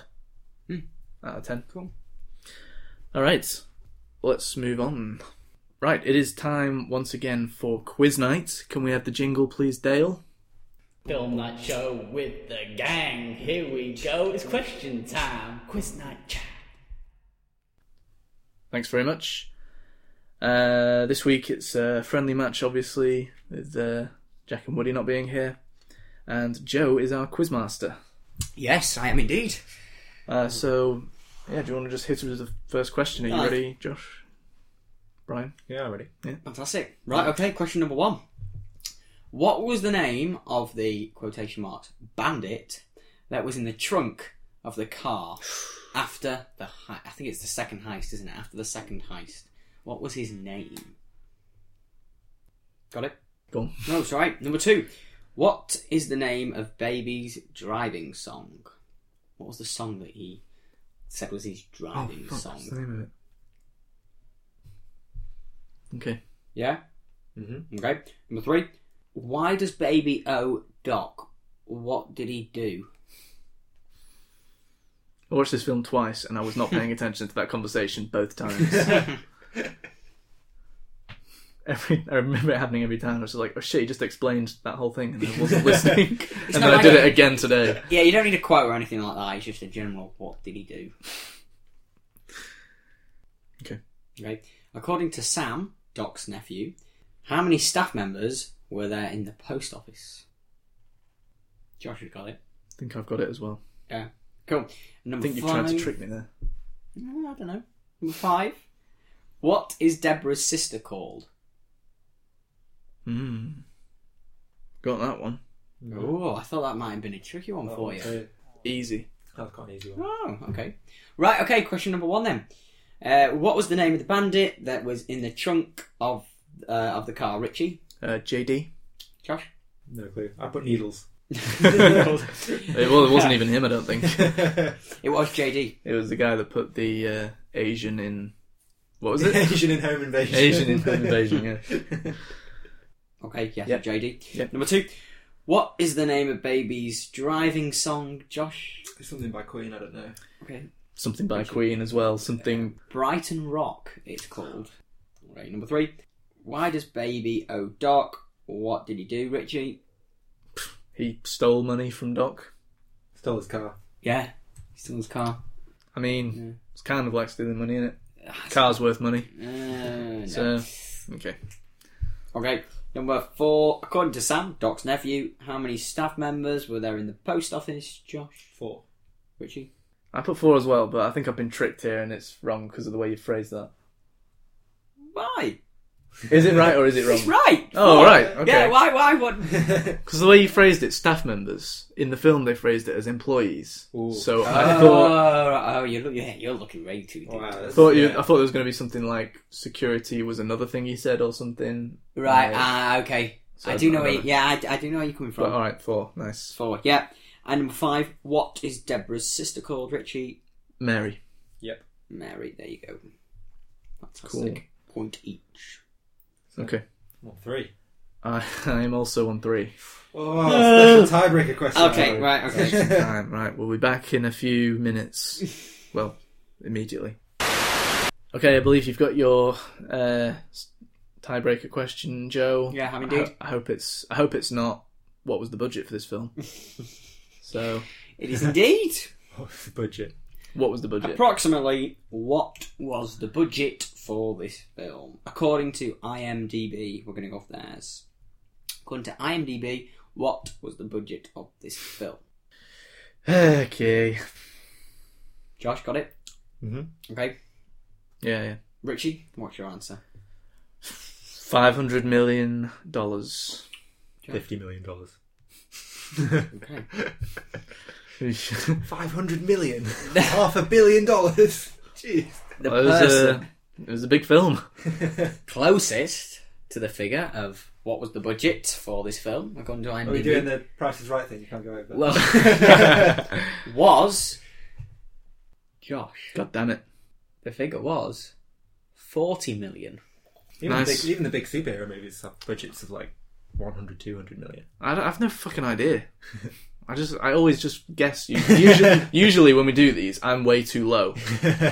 out of ten. Hmm. Cool. All right, let's move on. Right, it is time once again for quiz night. Can we have the jingle, please, Dale? Film night show with the gang. Here we go. It's question time. Quiz night chat. Thanks very much. Uh, this week it's a friendly match, obviously, with uh, Jack and Woody not being here. And Joe is our quizmaster. Yes, I am indeed. Uh, so, yeah, do you want to just hit us with the first question? Are you Aye. ready, Josh? Brian? Yeah, I'm ready. Fantastic. Right, okay, question number one. What was the name of the quotation marks bandit that was in the trunk of the car after the hei- I think it's the second heist, isn't it? After the second heist. What was his name? Got it? Go on. No, it's alright. Number two. What is the name of Baby's driving song? What was the song that he said was his Oh, driving What's the song? name of it? Okay. Yeah? hmm Mm-hmm. Okay. Number three. Why does baby O dock? What did he do? I watched this film twice and I was not paying attention to that conversation both times. every I remember it happening every time. I was just like, oh shit, he just explained that whole thing and I wasn't listening. and then not I did like- it again today. Yeah, you don't need a quote or anything like that. It's just a general what did he do? Okay. Okay. According to Sam, Doc's nephew, how many staff members were there in the post office? Josh has got it. think I've got it as well. Yeah. Cool. I Number think you five. tried to trick me there. No, I don't know. Number five. What is Deborah's sister called? Hmm. Got that one. Oh, I thought that might have been a tricky one for you. So Easy. That's quite an easy one. Oh, okay. Right, okay, question number one then. Uh, what was the name of the bandit that was in the trunk of uh, of the car, Richie? Uh, JD. Josh? No clue. I put needles. It, well, it wasn't even him, I don't think. It was JD. It was the guy that put the uh, Asian in. What was it? Asian in home invasion. Asian in Home Invasion, yeah. Okay, yeah, Yep. JD. Yep. Number two. What is the name of Baby's driving song, Josh? It's Something by Queen. I don't know. Okay. Something by Queen as well. Something. Brighton Rock, it's called. Right, number three. Why does Baby owe Doc? What did he do, Richie? He stole money from Doc. Stole his car. Yeah, he stole his car. I mean, it's kind of like stealing money, isn't it? Car's worth money. Uh, no. So, okay. Okay, number four. According to Sam, Doc's nephew, how many staff members were there in the post office? Josh, Four. Richie, I put four as well, but I think I've been tricked here and it's wrong because of the way you phrased that. why? Is it right or is it It's wrong? right. Oh, Four. right, okay. Yeah. Why? Why? What? Because the way you phrased it, staff members. In the film, they phrased it as employees. Ooh. So I thought. oh, right. oh, you're look, yeah, you're looking way too deep. Wow. I thought you, I thought there was going to be something like security was another thing he said or something. Right. Uh, Ah, okay. So I do I know. Where, you- don't know. yeah, I, I do know where you're coming but from. all right, four, nice. Forward. Yeah. And number five. What is Deborah's sister called? Richie, Mary, Yep. Mary. There you go. Fantastic. Point each. okay. Well, three. I I am also on three. Oh, a special tiebreaker question. Okay. Right. Okay. right, right, we'll be back in a few minutes. Well, immediately. Okay, I believe you've got your uh, s- tiebreaker question, Joe. Yeah, have I indeed. ho- I hope it's. I hope it's not. What was the budget for this film? so, it is indeed. What's the budget? what was the budget? Approximately, what was the budget for this film? According to IMDb, we're going to go off theirs. According to IMDb, what was the budget of this film? okay. Josh got it. Mhm. Okay, Yeah, yeah. Richie, what's your answer? Five hundred million dollars. Fifty million dollars. Okay, the Five hundred million. Half a billion dollars. Jeez. the it was person a. It was a big film. closest to the figure of what was the budget for this film, according to Are we IMDb, doing the Price is Right thing? You can't go over. well, was Josh. God damn it. The figure was forty million. even, the nice. big, even the big superhero movies have budgets of like 100, 200 million. I don't, I've no fucking idea. I just, I always just guess. U- Usually, usually when we do these, I'm way too low,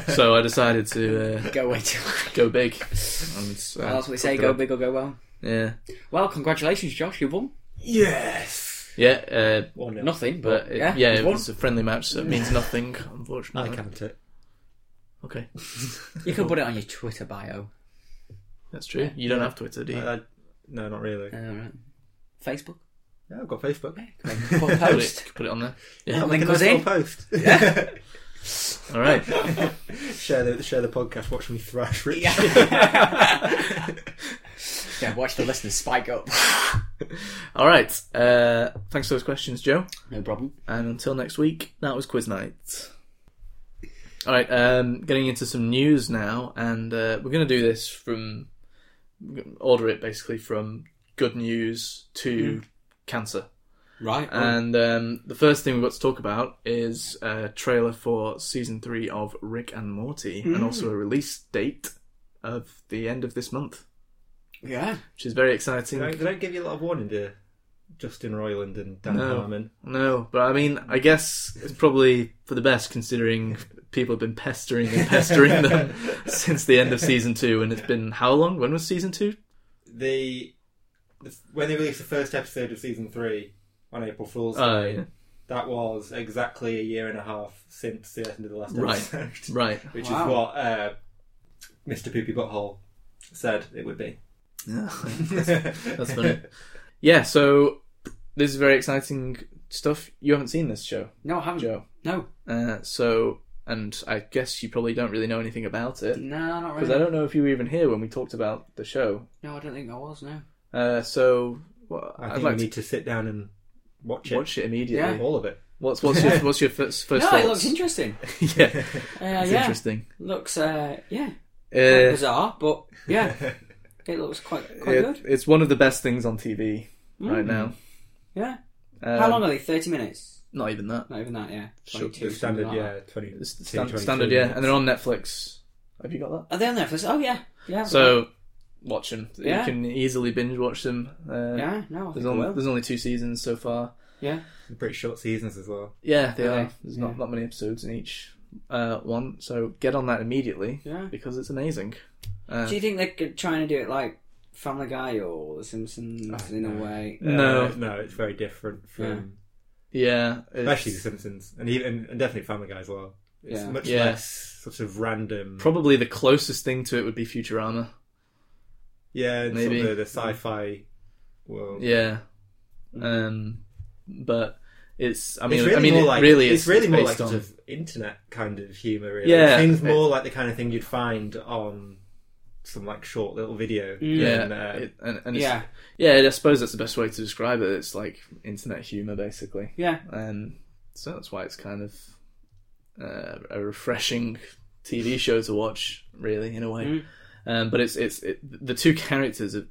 so I decided to uh, Go into go big. And, uh, Well, that's what we say. fucked Go up. big or go well. Yeah, Well, congratulations, Josh. You won Yes. yeah, uh, One nil. nothing, but, but it, yeah, yeah, you it won. was a friendly match, so it means nothing, I unfortunately. count it. Okay, you can put it on your Twitter bio. that's true. You don't have Twitter, do you? Uh, no, not really. All right. Facebook. Yeah, I've got Facebook. Put a put, it, post. put it on there. I'll Yeah. Link make a us nice little in. post. All right. share the share the podcast. Watch me thrash Rich. yeah, watch the listeners spike up. All right. Uh, thanks for those questions, Joe. No problem. And until next week, that was quiz night. All right, um, getting into some news now, and uh, we're going to do this from order it basically from good news to cancer. Right. And um, the first thing we've got to talk about is a trailer for season three of Rick and Morty, and also a release date of the end of this month, yeah. which is very exciting. They don't, they don't give you a lot of warning to Justin Roiland and Dan No. Harmon. No, but I mean, I guess it's probably for the best considering people have been pestering and pestering them since the end of season two, and it's been how long? When was season two? The, the when they released the first episode of season three on April Fool's Oh, Day, yeah. that was exactly a year and a half since the end of the last Right. episode, Right. which Wow. is what uh, Mr. Poopy Butthole said it would be. Yeah, that's, that's funny. yeah, so this is very exciting stuff. You haven't seen this show, No, I haven't. Joe. No, Uh, so, and I guess you probably don't really know anything about it no, not because really. I don't know if you were even here when we talked about the show. No, I don't think I was. No. Uh, so, well, I I'd think like we to need to sit down and watch it. watch it immediately. Yeah. All of it. What's what's your what's your first, first No, thoughts? it looks interesting. yeah, Uh, it's yeah, interesting. looks uh, yeah Uh, bizarre, but yeah, it looks quite quite it, good. Mm. it's one of the best things on TV right now. Yeah. Um, How long are they? Thirty minutes? Not even that. Not even that. Yeah. Sure, 22, The standard, something like yeah, 20, It's the stand, standard, yeah, and they're on Netflix. Have you got that? that. Are they on Netflix? Oh yeah, yeah. So watch them. You Yeah. can easily binge watch them. Uh, yeah, no, I There's think I only will. there's only two seasons so far. Yeah, Pretty short seasons as well. Yeah, they Okay. are. There's not Yeah. not many episodes in each uh, one, so get on that immediately yeah. because it's amazing. Uh, Do you think they're trying to do it like Family Guy or The Simpsons in a way? No. Uh, no, it's very different from, yeah, especially The it's Simpsons, and even and definitely Family Guy as well. It's Yeah. much Yeah. less sort of random. probably the closest thing to it would be Futurama. yeah, and sort maybe. of the, the sci-fi world. Yeah, um, but it's. I mean, Mm. it's really I mean, more it like really, it's, is- really more based like on- sort of internet kind of humor. Really. Yeah. it seems It- more like the kind of thing you'd find on some like short little video. Mm. yeah, than, uh, it- and, and it's, Yeah, yeah. I suppose that's the best way to describe it. It's like internet humor, basically. yeah, and so that's why it's kind of uh, a refreshing TV show to watch, really, in a way. Mm. Um, but it's it's it, the two characters are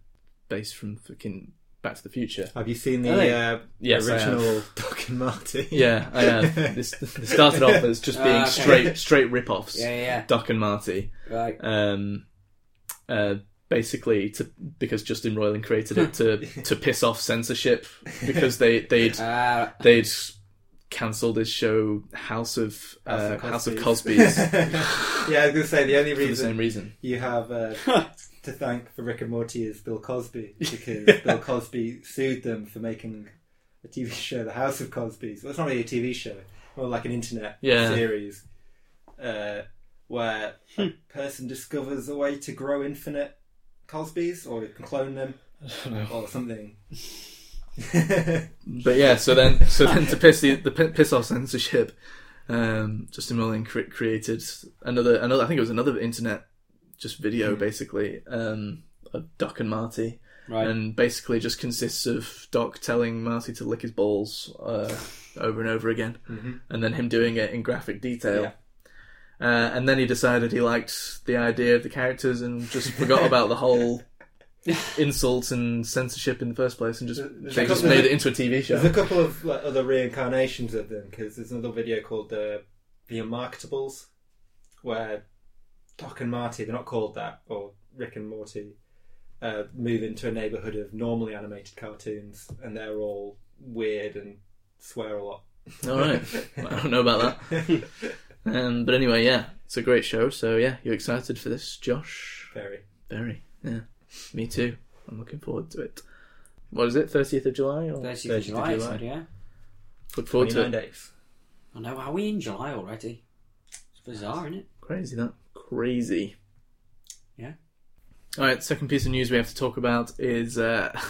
based from fucking Back to the Future. have you seen Are they- the uh, Yes, I original Doc and Marty? Yeah, I have. this, this started off as just being Ah, okay. straight straight rip-offs. yeah, yeah. Doc and Marty. Right. Um, uh, basically, to because Justin Roiland created it to to piss off censorship because they they'd Uh, they'd cancelled his show House of uh, House of Cosby's yeah, I was going to say the only for the reason same reason. you have uh, to thank for Rick and Morty is Bill Cosby because Bill Cosby sued them for making a TV show, The House of Cosby's. Well, it's not really a TV show, more like an internet Yeah. series uh, where a person discovers a way to grow infinite Cosby's or can clone them or something. But yeah, so then so then to piss the, the pi- piss off censorship, um, Justin Roiland cre- created another another I think it was another internet just video basically um, of Doc and Marty. Right. And basically, just consists of Doc telling Marty to lick his balls uh, over and over again, and then him doing it in graphic detail. Yeah. Uh, and then he decided he liked the idea of the characters and just forgot about the whole insults and censorship in the first place and just There's they a just couple of- made it into a TV show. There's a couple of like, other reincarnations of them because there's another video called uh, The Unmarketables where Doc and Marty, they're not called that, or Rick and Morty, uh, move into a neighbourhood of normally animated cartoons and they're all weird and swear a lot. All right, I don't know about that. Um, but anyway, yeah, it's a great show. So yeah, you excited for this, Josh? Very. Very. Yeah, me too. I'm looking forward to it. What is it? 30th of July? Or 30th of July, I July. said, yeah. Look forward to 29 it. days. I know, are we in July already? It's bizarre, isn't it? Crazy that. Crazy. Yeah. All right. Second piece of news we have to talk about is uh,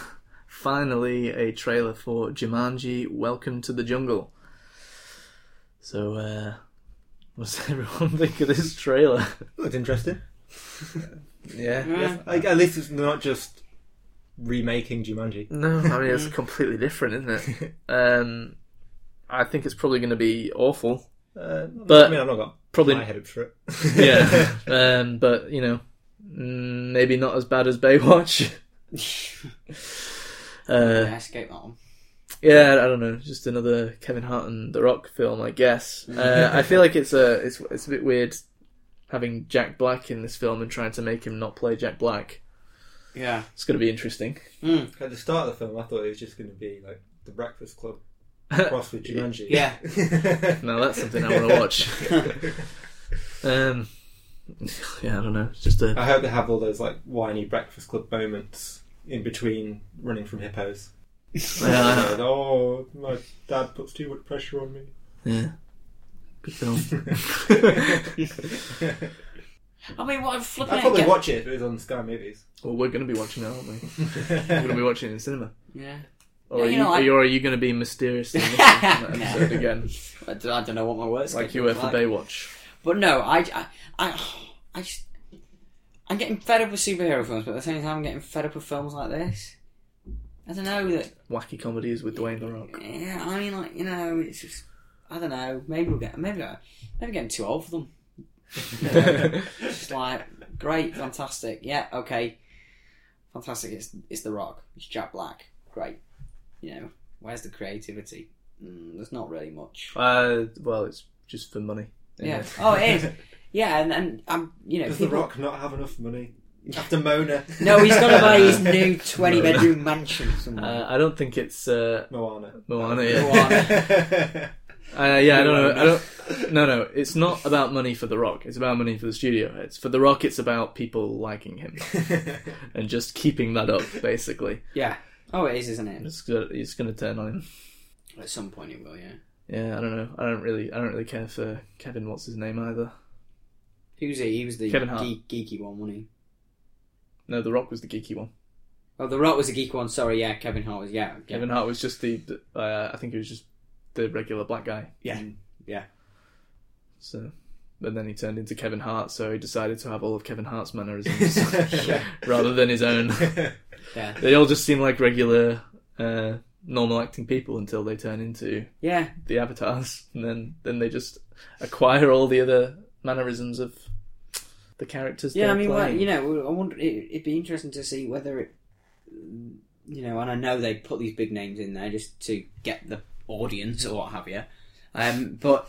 finally a trailer for Jumanji: Welcome to the Jungle. So, uh, what's everyone think of this trailer? That's interesting. Yeah. Yeah. Like, at least it's not just remaking Jumanji. No, I mean it's completely different, isn't it? Um, I think it's probably going to be awful. Uh, But- I mean, I've not got Probably. high hopes for it. Yeah. um, but you know, mm, maybe not as bad as Baywatch. Uh, Yeah, escape that one. yeah, I don't know, just another Kevin Hart and The Rock film, I guess. Uh, I feel like it's a it's it's a bit weird having Jack Black in this film and trying to make him not play Jack Black. Yeah. Hmm. It's going to be interesting. At the start of the film, I thought it was just going to be like the Breakfast Club crossed with Jumanji. Yeah. Now that's something I want to watch. um, yeah, I don't know, it's just a I hope they have all those like whiny Breakfast Club moments in between running from hippos. yeah, And, oh, my dad puts too much pressure on me. yeah. Good film. I mean, what a flipping I'd heck, probably yeah. watch it if it was on Sky Movies. Well, we're going to be watching it, aren't we? we're going to be watching it in cinema. Yeah. Or Yeah, are, you you, know, I- are you, or are you going to be mysteriously missing from that episode again, I don't, I don't know what my words like you were for Baywatch? But no, I, I, I, I just, I'm getting fed up with superhero films, but at the same time, I'm getting fed up with films like this. I don't know that. Wacky comedies with Dwayne the Rock. Yeah, I mean, like you know, it's just, I don't know. Maybe we'll get, maybe, I- maybe getting too old for them. Just like, great, fantastic, yeah, okay, fantastic. It's it's The Rock, it's Jack Black, great. You know, where's the creativity? Mm, there's not really much. Uh, well, it's just for money. Yeah. Oh, it is. Yeah, and, and I'm, you know, Does The people- Rock not have enough money? After Mona. No, he's got to buy his new 20 bedroom mansion somewhere. Uh, I don't think it's uh, Moana. Moana. Yeah. Moana. Uh, yeah, I don't know. I don't. No, no, it's not about money for The Rock. It's about money for the studio heads. For The Rock, it's about people liking him and just keeping that up. Basically, yeah. Oh, it is, isn't it? it's gonna, it's going to turn on him. At some point it will, yeah. Yeah, I don't know. I don't really, I don't really care for Kevin. What's his name either? Who was he? He was the Kevin Hart. geek, geeky one, wasn't he? No, The Rock was the geeky one. Oh, The Rock was the geeky one. Sorry, yeah, Kevin Hart was, yeah. yeah. Kevin Hart was just the. the- Uh, I think he was just the regular black guy. Yeah. Yeah. So, but then he turned into Kevin Hart, so he decided to have all of Kevin Hart's mannerisms rather than his own. Yeah. They all just seem like regular, uh, normal acting people until they turn into Yeah. the avatars, and then then they just acquire all the other mannerisms of the characters. Yeah, they're I mean, well, playing. you know, I wonder, it, it'd be interesting to see whether it, you know, and I know they put these big names in there just to get the audience or what have you, um, but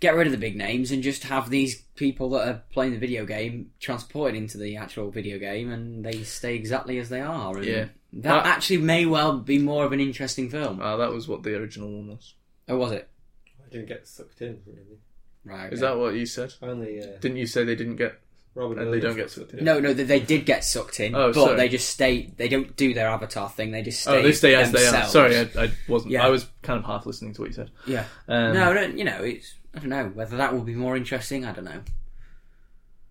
get rid of the big names and just have these people that are playing the video game transported into the actual video game and they stay exactly as they are. And Yeah. Uh, That That- actually may well be more of an interesting film. Ah, that was what the original one was. Or was it? I didn't get sucked in, really. Right. Is okay. that what you said? Only uh, Didn't you say they didn't get? Robin And they don't Williams get sucked sucked it in. No, no, they, they did get sucked in, Oh, but sorry. they just stay. They don't do their avatar thing. They just stay. Oh, they stay as they are. themselves. Sorry, I, I wasn't. Yeah. I was kind of half listening to what you said. Yeah. Um, no, I don't, you know, it's I don't know whether that will be more interesting. I don't know.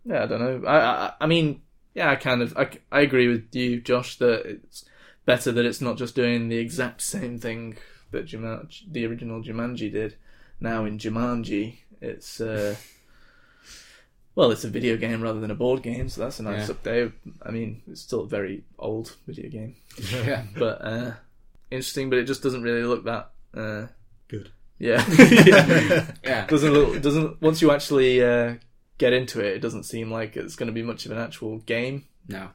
Yeah, I don't know. I, I, I mean, yeah, I kind of, I, I agree with you, Josh, that it's better that it's not just doing the exact same thing that Jumanji, the original Jumanji did. Now in Jumanji, it's, uh, well, it's a video game rather than a board game, so that's a nice Yeah. update. I mean, it's still a very old video game, Yeah. but uh, interesting. But it just doesn't really look that uh, Good. Yeah. Yeah. doesn't look doesn't once you actually uh, get into it, it doesn't seem like it's going to be much of an actual game. No.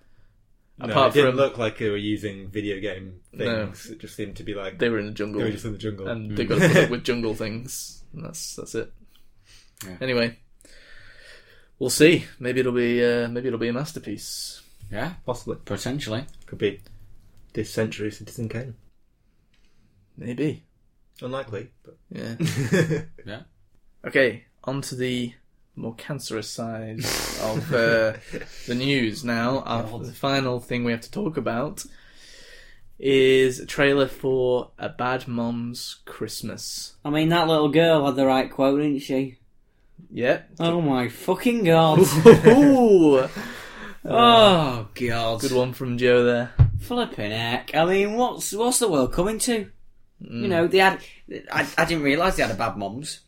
No, Apart it didn't from- look like they were using video game No. things. It just seemed to be like they They were in the jungle, were just in the jungle. Mm. and they got to put up with jungle things. And that's that's it. Yeah. Anyway, we'll see. Maybe it'll be uh, maybe it'll be a masterpiece. Yeah. Possibly Potentially. could be this century Citizen Kane. Maybe. Unlikely, but Yeah. Yeah. Okay. On to the more cancerous side of uh, the news now. Oh Our, the final thing we have to talk about is a trailer for A Bad Mom's Christmas. I mean, that little girl had the right quote, didn't she? Yep. Oh my fucking god. Ooh, oh god. good one from Joe there. Flipping heck. I mean, what's what's the world coming to? You know, they had. I, I didn't realise they had a bad mums.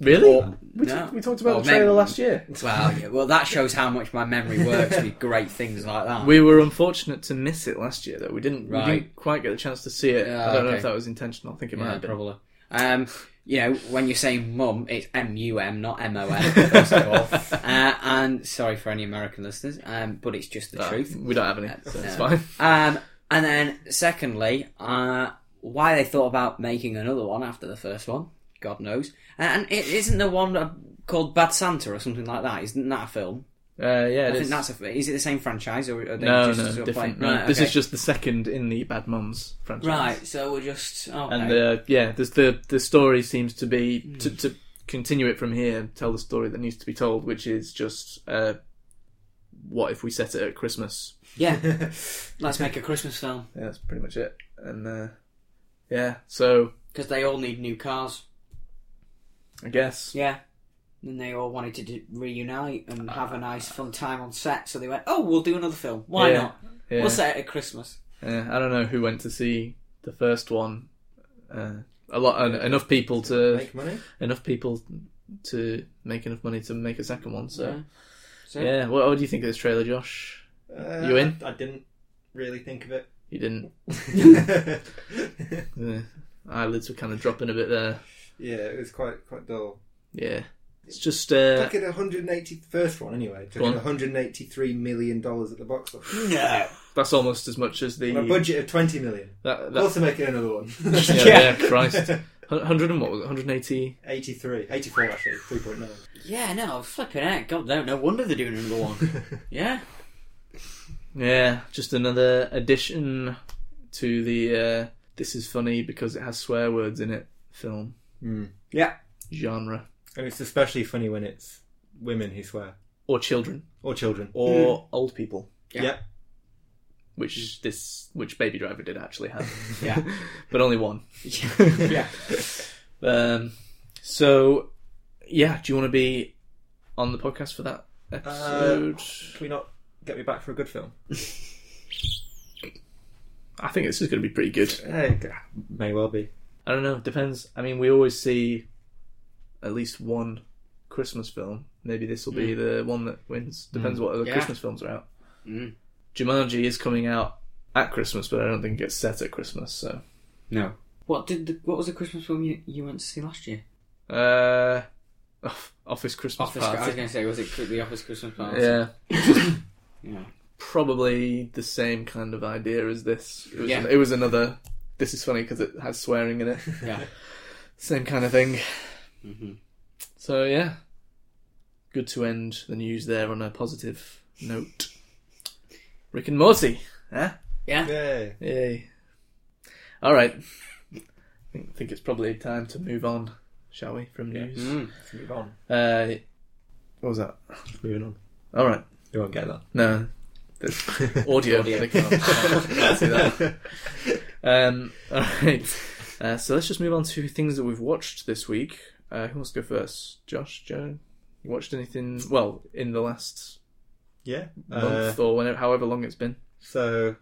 Really? Oh, We, no. we talked about Or the trailer men. last year. Well, yeah, well, that shows how much my memory works with great things like that. We were unfortunate to miss it last year, though. We didn't, we Right. didn't quite get a chance to see it. Yeah, I don't know okay. if that was intentional. I think it might Yeah, have been. probably. Um, you know, when you're saying mum, it's M U M, not M O M. First of all, uh, and sorry for any American listeners, um, but it's just the Uh, truth. We don't have any, so it's No. fine. Um, and then secondly, uh, why they thought about making another one after the first one, God knows. Uh, And it isn't the one that- called Bad Santa or something like that. Isn't that a film? Uh, I yeah, it think is. that's a. Is it the same franchise or are they no, just no, sort of different. playing- no. Right, This okay. is just the second in the Bad Moms franchise. right. So we're just okay. And uh, yeah, there's the the story seems to be to, to continue it from here, tell the story that needs to be told, which is just uh, what if we set it at Christmas? yeah, let's make a Christmas film Yeah, that's pretty much it. And uh, yeah, so because they all need new cars. I guess Yeah. And they all wanted to d- reunite Ah. and have a nice, fun time on set. So they went, "Oh, we'll do another film. Why Yeah. not? Yeah. We'll set it at Christmas." Yeah, I don't know who went to see the first one. Uh, a lot, en- enough people to Make money. enough people to make enough money to make a second one. So, So yeah. What, what do you think of this trailer, Josh? Uh, You in? I, I didn't really think of You didn't. it. Uh, eyelids were kind of dropping a bit there. yeah, it was quite quite dull. Yeah, it's just uh, Back at 180, the first one anyway, took Go on. 183 million dollars at the box office. no. that's almost as much as the On a budget of 20 million. that, that- Also making another one. yeah, yeah, Christ, hundred and what was it? Hundred and eighty. 83, 84 actually, 3.9. Yeah, no, flipping heck. God, no, no wonder they're doing another one. yeah. Yeah, just another addition to the uh, "This is funny because it has swear words in it" film Hmm. Yeah. genre And it's especially funny when it's women who swear or children or children. or Hmm. old people, Hmm. yeah. which this which Baby Driver did actually have, Yeah. but only one. yeah. Um, so yeah, do you want to be on the podcast for that episode? Can we not get me back for a good film? I think this is going to be pretty good. May well be. I don't know. Depends. I mean, we always see at least one Christmas film. Maybe this will be the one that wins. Depends what other Yeah. Christmas films are out. Jumanji is coming out at Christmas, but I don't think it's set at Christmas. So No. What did the, what was the Christmas film you, you went to see last year? uh, Off- Office Christmas Office. I was Party. going to say, was it the Office Christmas party? Yeah. Yeah. Probably the same kind of idea as this. It was, Yeah. it was another. This is funny because it has swearing in it. Yeah. same kind of thing. Mm-hmm. Mhm. So yeah, good to end the news there on a positive note. Rick and Morty, huh? Yay. Yay! All right, I think, think it's probably time to move on, shall we? From news. Mm-hmm. Mm-hmm. Let's move on. Uh, what was that? Moving on. All right, You won't get that. no, there's audio. Audio. They can't- can't see that. Um, all right. Uh, so let's just move on to things that we've watched this week. Uh, who wants to go first? Josh, Joe, you watched anything? Well, in the last Yeah. Uh, month or whenever, however long it's been. so,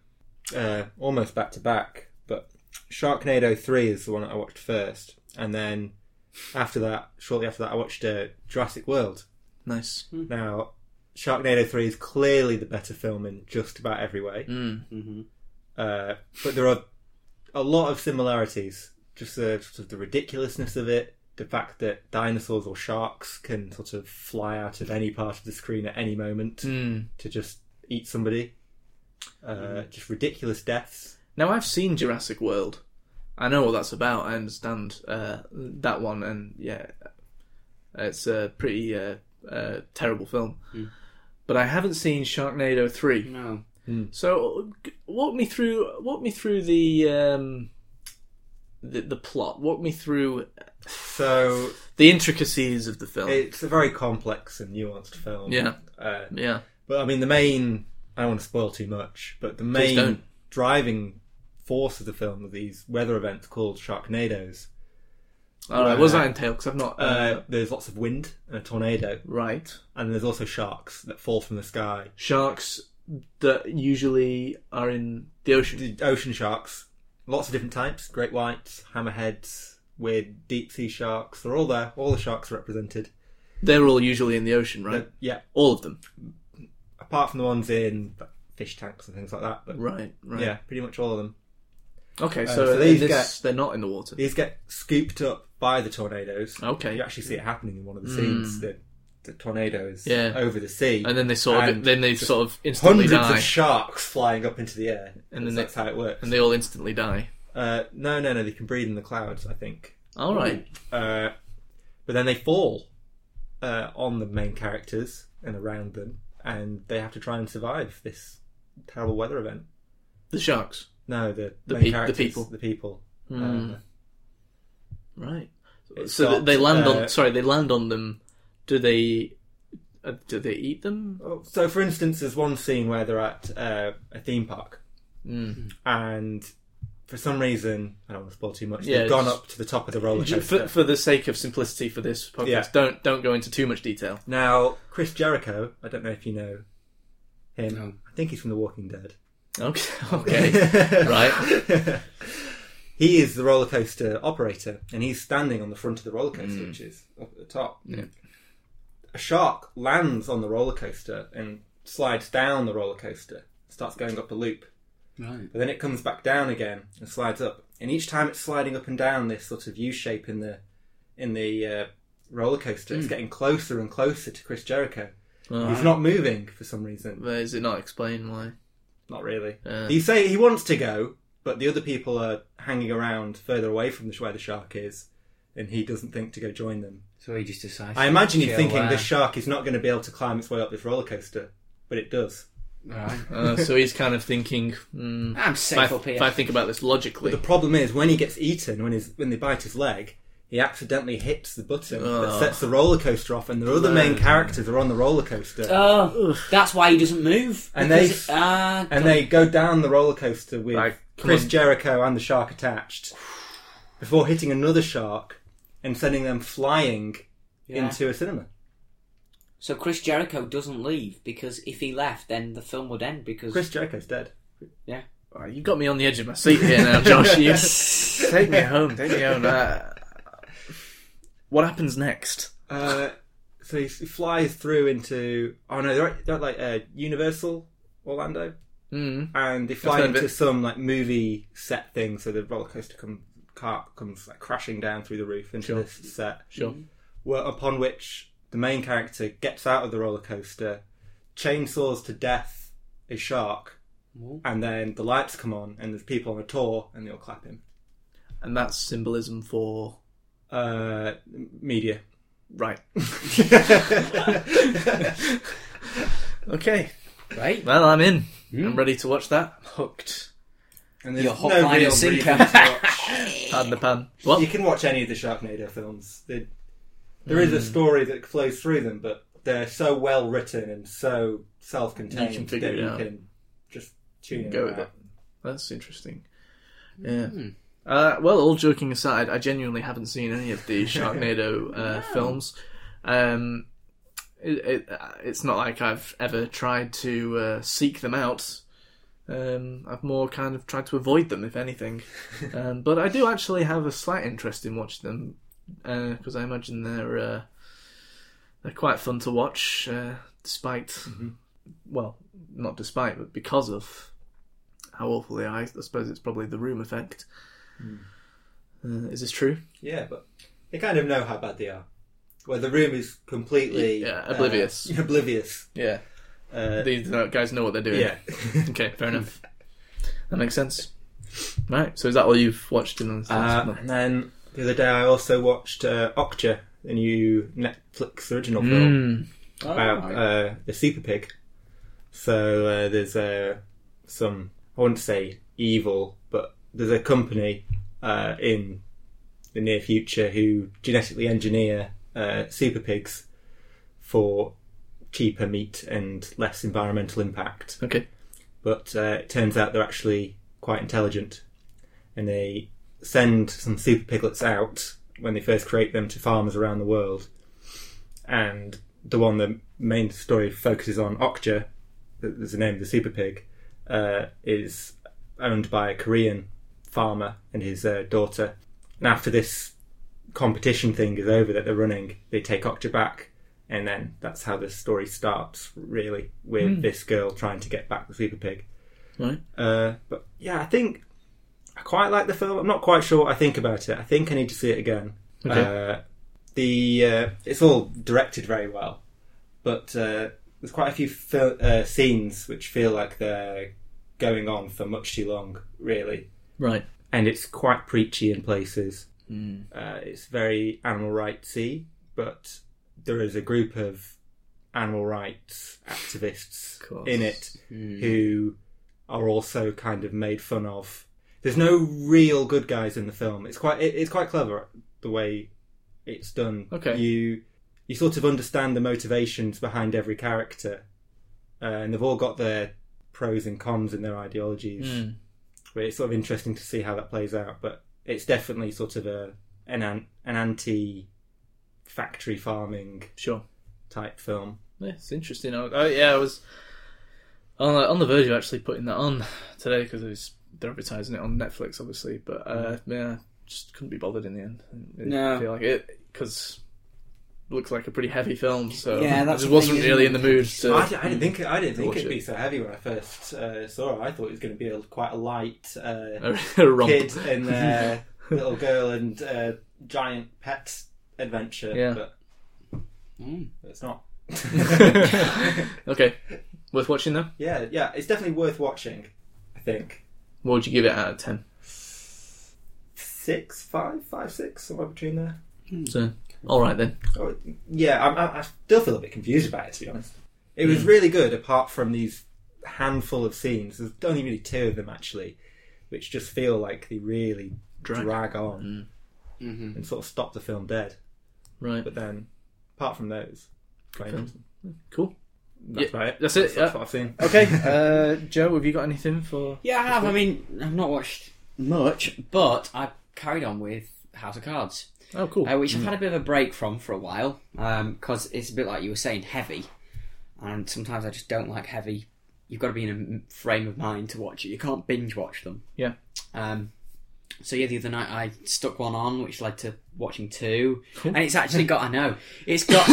uh, almost back to back, but Sharknado 3 is the one that I watched first. And then after that, shortly after that, I watched uh, Jurassic World. Nice. Now, Sharknado 3 is clearly the better film in just about every way. Hmm. Mm-hmm. Uh, but there are a lot of similarities. Just the, sort of the ridiculousness of it, the fact that dinosaurs or sharks can sort of fly out of any part of the screen at any moment to just eat somebody. Uh, Just ridiculous deaths. Now I've seen Jurassic World. I know what that's about. I understand uh, that one, and yeah, it's a pretty uh, uh, terrible film. But I haven't seen Sharknado three. No. So g- walk me through walk me through the um, the, the plot. Walk me through So the intricacies of the film. it's a very complex and nuanced film. yeah, Uh, yeah, But I mean, the main. I don't want to spoil too much, but the main don't. driving force of the film are these weather events called Sharknadoes. all right. What does that entail? Because I've not. Uh, Uh, there's lots of wind and a tornado, right. and there's also sharks that fall from the sky. Sharks that usually are in the ocean. The ocean sharks, lots of different types great whites, hammerheads, weird deep sea sharks. They're all there, all the sharks are represented. They're all usually in the ocean, right? But, yeah, All of them. apart from the ones in like, fish tanks and things like that. But Right, right. yeah, pretty much all of them. Okay, so, so in these this, get- they're not in the water. These get scooped up by the tornadoes. Okay. You actually see it happening in one of the scenes. The, the tornado is Mm. Yeah. over the sea. And then they sort of and then they sort of instantly hundreds die. of sharks flying up into the air. And then that's they- how it works. and they all instantly die. uh, no, no, no. They can breathe in the clouds, I think. All right. Uh, but then they fall uh, on the main characters and around them, and they have to try and survive this terrible weather event. The sharks. No, the, The main pe- the characters, people. Mm. the people. Uh, Right. it So starts, they land uh, on sorry, they land on them. Do they uh, do they eat them? Well, So, for uh, Hmm. instance, there's one scene where they're at uh, a theme park, and for some reason, I don't want to spoil too much. Yeah, they've gone just- up to the top of the roller Ju- coaster. For, for the sake of simplicity for this podcast, Yeah. don't don't go into too much detail. Now, Chris Jericho, I don't know if you know him. No. I think he's from The Walking Dead. Okay, okay, right. he is the roller coaster operator, and he's standing on the front of the roller coaster, which is up at the top. A shark lands on the roller coaster and slides down the roller coaster, starts going up a loop, Right. but then it comes back down again and slides up. And each time it's sliding up and down this sort of U shape in the in the uh, roller coaster, it's getting closer and closer to Chris Jericho. He's not moving for some reason. But is it not explained why? Not really. Yeah. He say he wants to go, but the other people are hanging around further away from the sh- where the shark is, and he doesn't think to go join them. So he just decides. I imagine Chill, he's thinking uh, this shark is not going to be able to climb its way up this roller coaster, but it does. Right. Uh, so he's kind of thinking. Hmm, I'm if, safe I, up here. if I think about this logically, The problem is when he gets eaten, when his when they bite his leg, he accidentally hits the button that Ugh. sets the roller coaster off, and the other main characters are on the roller coaster, Oh, that's why he doesn't move. And they- Because- ah, and they go down the roller coaster with Like, come Chris on. Jericho and the shark attached, before hitting another shark and sending them flying yeah. into a cinema. So Chris Jericho doesn't leave because if he left, then the film would end because Chris Jericho's dead. Right, you got me on the edge of my seat here now, Josh. You take me home. Take me home. Uh, what happens next? Uh, so he flies through into oh no, they're, at- they're at, like uh, Universal Orlando, Mm. and they fly heard of into it. some like movie set thing. So the roller coaster come, car comes like crashing down through the roof into Sure. this set. Sure. Where, upon which the main character gets out of the roller coaster, chainsaws to death a shark, and then the lights come on and there's people on a tour and they'll clap him. And that's symbolism for Uh, media. right. okay. Right. Well, I'm in. I'm ready to watch that. Hooked. And there's Your hook, line, and real sinker. reason to watch. Pad in the pan. What? you can watch any of the Sharknado films. They, there Hmm. is a story that flows through them, but they're so well written and so self-contained You can figure that it you out. can just tune in. Go with and it. out. That's interesting. Yeah. Uh, well, all joking aside, I genuinely haven't seen any of the Sharknado uh, films. Um, it, it, uh, it's not like I've ever tried to uh, seek them out. Um, I've more kind of tried to avoid them, if anything. um, but I do actually have a slight interest in watching them because I imagine they're uh, they're quite fun to watch, uh, despite well, not despite, but because of how awful they are. I suppose it's probably the room effect. Hmm. Uh, is this true? Yeah, but they kind of know how bad they are. Where the room is completely Yeah, uh, oblivious. oblivious. Yeah. Uh, These uh, guys know what they're doing. yeah. Okay, fair enough. That makes sense. Right. So is that all you've watched in the Uh, and then the other day, I also watched uh, Okja, the new Netflix original film. Mm. Oh, Oh, about uh, the super pig. So uh, there's uh, some I wouldn't say evil, but there's a company uh, in the near future who genetically engineer uh, super pigs for cheaper meat and less environmental impact. Okay. But uh, it turns out they're actually quite intelligent, and they send some super piglets out when they first create them to farmers around the world and the one the main story focuses on Okja, th- that's the name of the super pig, uh, is owned by a Korean farmer and his uh, daughter. And after this competition thing is over that they're running, they take Okja back, and then that's how the story starts. Really, with this girl trying to get back the super pig. Right. Uh, but yeah, I think I quite like the film. I'm not quite sure what I think about it. I think I need to see it again. Okay. Uh, the uh, it's all directed very well, but uh, there's quite a few fil- uh, scenes which feel like they're going on for much too long, really. Right. And it's quite preachy in places. Uh, it's very animal rightsy, but there is a group of animal rights activists course. in it who are also kind of made fun of. There's no real good guys in the film. It's quite it, it's quite clever the way it's done. Okay. You you sort of understand the motivations behind every character, uh, and they've all got their pros and cons and their ideologies, but it's sort of interesting to see how that plays out. But it's definitely sort of a an an, an anti factory farming Sure. type film. Yeah, it's interesting. I, oh yeah, I was on the, on the verge of actually putting that on today because they're advertising it on Netflix, obviously. But uh, yeah, just couldn't be bothered in the end. I didn't No. feel like it because looks like a pretty heavy film. So Yeah, I that's just the wasn't thing, really in isn't the it? mood to. I, di- I didn't think I didn't think Watch it'd be it. so heavy when I first uh, saw it. I thought it was going to be a, quite a light uh, a romp. kid and uh, little girl and uh, giant pet adventure. Yeah. But Hmm. it's not. okay, worth watching though. Yeah, yeah, it's definitely worth watching. I think What would you give it out of ten? six, five, five, six, somewhere between there. So, all right then. Oh, yeah, I'm, I, I still feel a bit confused about it to be honest. It Hmm. was really good, apart from these handful of scenes. There's only really two of them actually, which just feel like they really Drag. Hmm. drag, on and sort of stop the film dead. Right, But then, apart from those, quite film. interesting. cool. that's Yeah, about it. that's it, That's yeah. what I've seen. Okay, uh, Joe, have you got anything for? Yeah, I have. I mean, I've not watched much, but I carried on with House of Cards, Oh, cool. uh, which Hmm. I've had a bit of a break from for a while because it's a bit like you were saying, heavy. And sometimes I just don't like heavy. You've got to be in a m- frame of mind to watch it. You can't binge watch them. Yeah. Um, so yeah, the other night I stuck one on, which led to watching two, and it's actually got. I know it's got.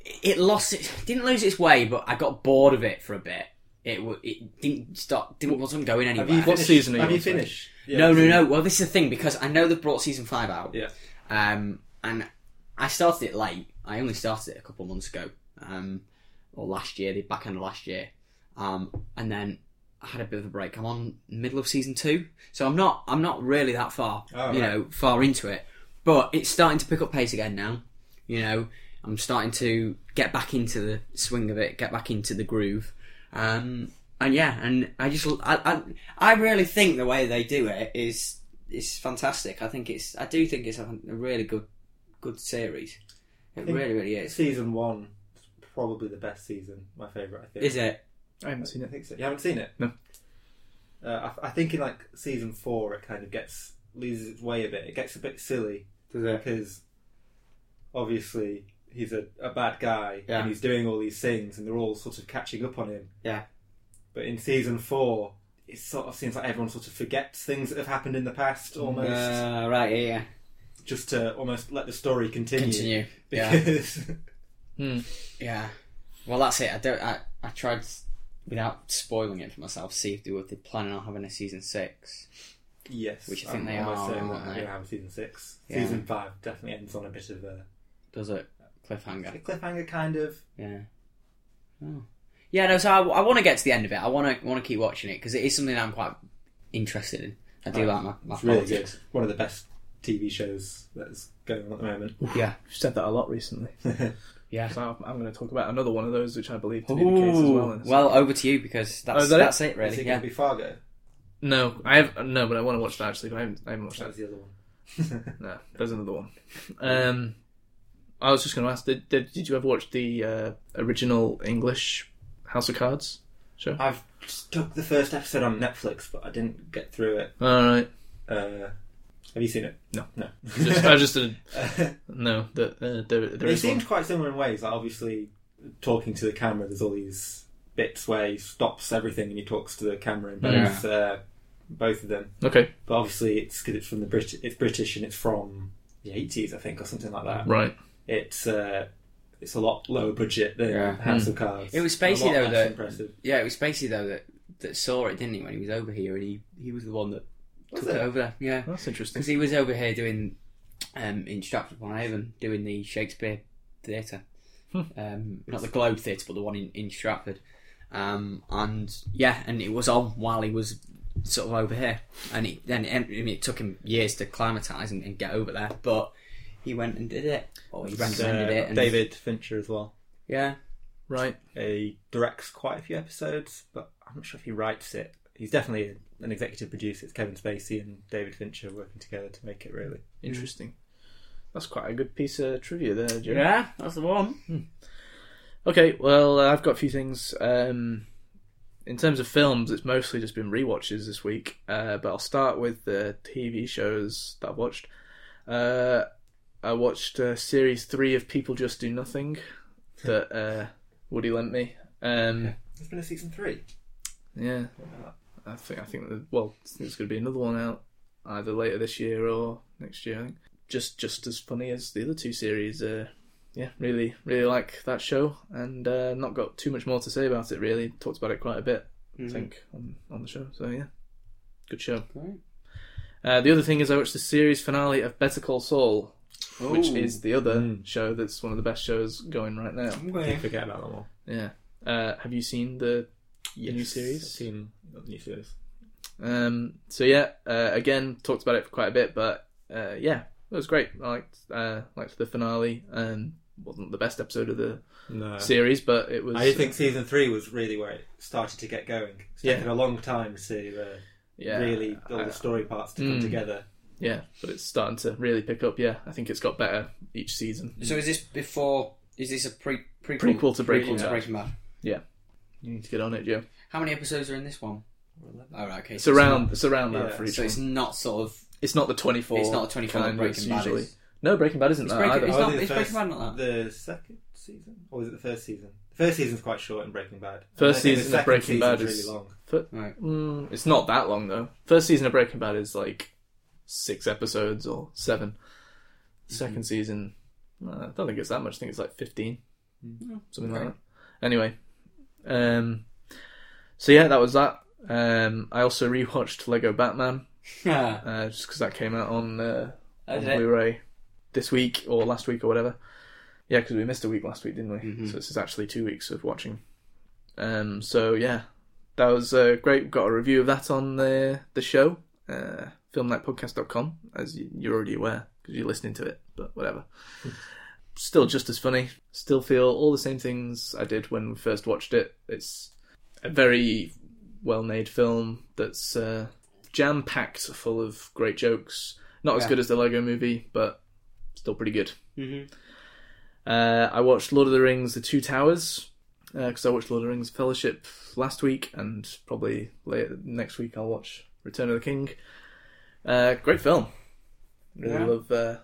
it lost. It didn't lose its way, but I got bored of it for a bit. It w- it didn't stop. Didn't wasn't going anywhere. Have you What finished- season are you Have you on, sorry? finished? No, no, no. Well, this is the thing because I know they've brought season five out. Yeah. Um, and I started it late. I only started it a couple of months ago, um, or last year, the back end of last year. Um, and then I had a bit of a break. I'm on middle of season two, so I'm not. I'm not really that far. Oh, you right. know, far into it, but it's starting to pick up pace again now. You know, I'm starting to get back into the swing of it, get back into the groove. Um, and yeah, and I just I, I I really think the way they do it is is fantastic. I think it's I do think it's a, a really good good series. It think- really really is. Season one, is probably the best season. My favorite, I think. Is it? I haven't seen I it. think so. You haven't seen it? No. Uh, I, I think in like season four, it kind of gets loses its way a bit. It gets a bit silly because obviously he's a, a bad guy Yeah. and he's doing all these things, and they're all sort of catching up on him. Yeah. But in season four, it sort of seems like everyone sort of forgets things that have happened in the past almost, Uh, right. Yeah. yeah. just to almost let the story continue. Continue. Yeah. Because Hmm. Yeah. Well, that's it. I don't. I, I tried without spoiling it for myself. See if they were they're planning on having a season six. yes, Which I think I'm they almost are, certain that aren't I'm they? going to have a season six. Yeah. Season five definitely ends on a bit of a Does it? Cliffhanger. a cliffhanger kind of. Yeah. Oh. Yeah, no, so I, want to get to the end of it. I want to want to keep watching it because it is something that I'm quite interested in. I do like my, my It's really good. politics. One of the best TV shows that's going on at the moment. Yeah. You've said that a lot recently. Yeah. So I'm, I'm going to talk about another one of those, which I believe to be the case as well. Ooh, in a well, over to you because that's Oh, is that it? that's it, Is really. it yeah. going to be Fargo? No, I have no, but I want to watch that actually. But I haven't, I haven't watched that. That's the other one. No, there's another one. Um, I was just going to ask: did, did did you ever watch the uh, original English House of Cards show? I've stuck the first episode on Netflix, but I didn't get through it. All right, Uh, have you seen it? No. no. just, I just didn't. No, that uh, there, there They is seemed one. quite similar in ways. Like obviously, talking to the camera, there's all these bits where he stops everything and he talks to the camera in both uh, both of them. Okay, But obviously, it's because it's from the Brit- it's British and it's from the 80s, I think, or something like that. right. it's uh, it's a lot lower budget than Yeah. House Hmm. of Cards. It was spacey, A lot though, less that- impressive. Yeah, it was Spacey though that that saw it, didn't he, when he was over here, and he he was the one that took it? it? over there. Yeah. That's interesting. Because he was over here doing um, in Stratford upon Avon doing the Shakespeare Theatre, um, not the Globe Theatre, but the one in, in Stratford. Um, and yeah, and it was on while he was sort of over here, and it, then it, I mean, it took him years to climatise and, and get over there, but he went and did it, or he recommended it. And, Uh, David Fincher as well. yeah, Right. He directs quite a few episodes, but I'm not sure if he writes it. He's definitely an executive producer. It's Kevin Spacey and David Fincher working together to make it. Really, Interesting. That's quite a good piece of trivia there, Joe. yeah, that's the one. Okay, well, uh, I've got a few things um, in terms of films, it's mostly just been rewatches this week. Uh, but I'll start with the TV shows that I've watched. Uh, I watched uh, series three of People Just Do Nothing that uh, Woody lent me. Um, There's been a season three. yeah, I think I think that, well, I think there's going to be another one out either later this year or next year. I think just just as funny as the other two series. Uh, yeah, really really like that show, and uh, not got too much more to say about it. Really talked about it quite a bit, I think, on on the show. So yeah, good show. Great. Uh, the other thing is I watched the series finale of Better Call Saul. Which is the other show that's one of the best shows going right now. I did forget about that one. Yeah. Uh, have you seen the new I've series? seen not the new series. Um, so yeah, uh, again talked about it for quite a bit, but uh, yeah, it was great. I liked uh, liked the finale. Um, wasn't the best episode of the No. series, but it was. Uh, uh, I think season three was really where it started to get going. It's Yeah. taken a long time to uh, yeah, uh, really all the story parts to mm. come together. yeah, but it's starting to really pick up. Yeah, I think it's got better each season. So is this before? Is this a pre prequel, Prequel to Breaking prequel to Bad. Breaking Bad? You need to get on it, Joe. How many episodes are in this one? Oh, right, okay. It's so around, it's around yeah, that for It's not, so each. one. it's not sort of. It's not the twenty four. It's not a twenty-four like Breaking Bad. Is. No, Breaking Bad isn't that Breaking- either. It's Oh, not- was it it's the Breaking first, Bad not The second season, or was it the first season? The first season's quite short in Breaking Bad. First I think the season of second Breaking season's Bad really is- long. Right. Mm, it's not that long though. First season of Breaking Bad is like six episodes or seven. 2nd season, uh, I don't think it's that much. I think it's like 15 something like that. Anyway, um, so yeah, that was that. Um, I also rewatched Lego Batman Yeah. uh, just because that came out on, uh, on did it? Blu-ray this week or last week or whatever. Yeah, because we missed a week last week, didn't we? So this is actually two weeks of watching. Um, so yeah, that was uh, great. Got a review of that on the the show, uh, filmnightpodcast.com, as y- you're already aware because you're listening to it. But whatever. Still just as funny. Still feel all the same things I did when we first watched it. It's a very well made film that's uh, jam packed full of great jokes. Not as good as the Lego movie, but still pretty good. Mm-hmm. Uh, I watched Lord of the Rings The Two Towers because I watched Lord of the Rings Fellowship last week, and probably later next week I'll watch Return of the King. Uh, great film. Really love uh,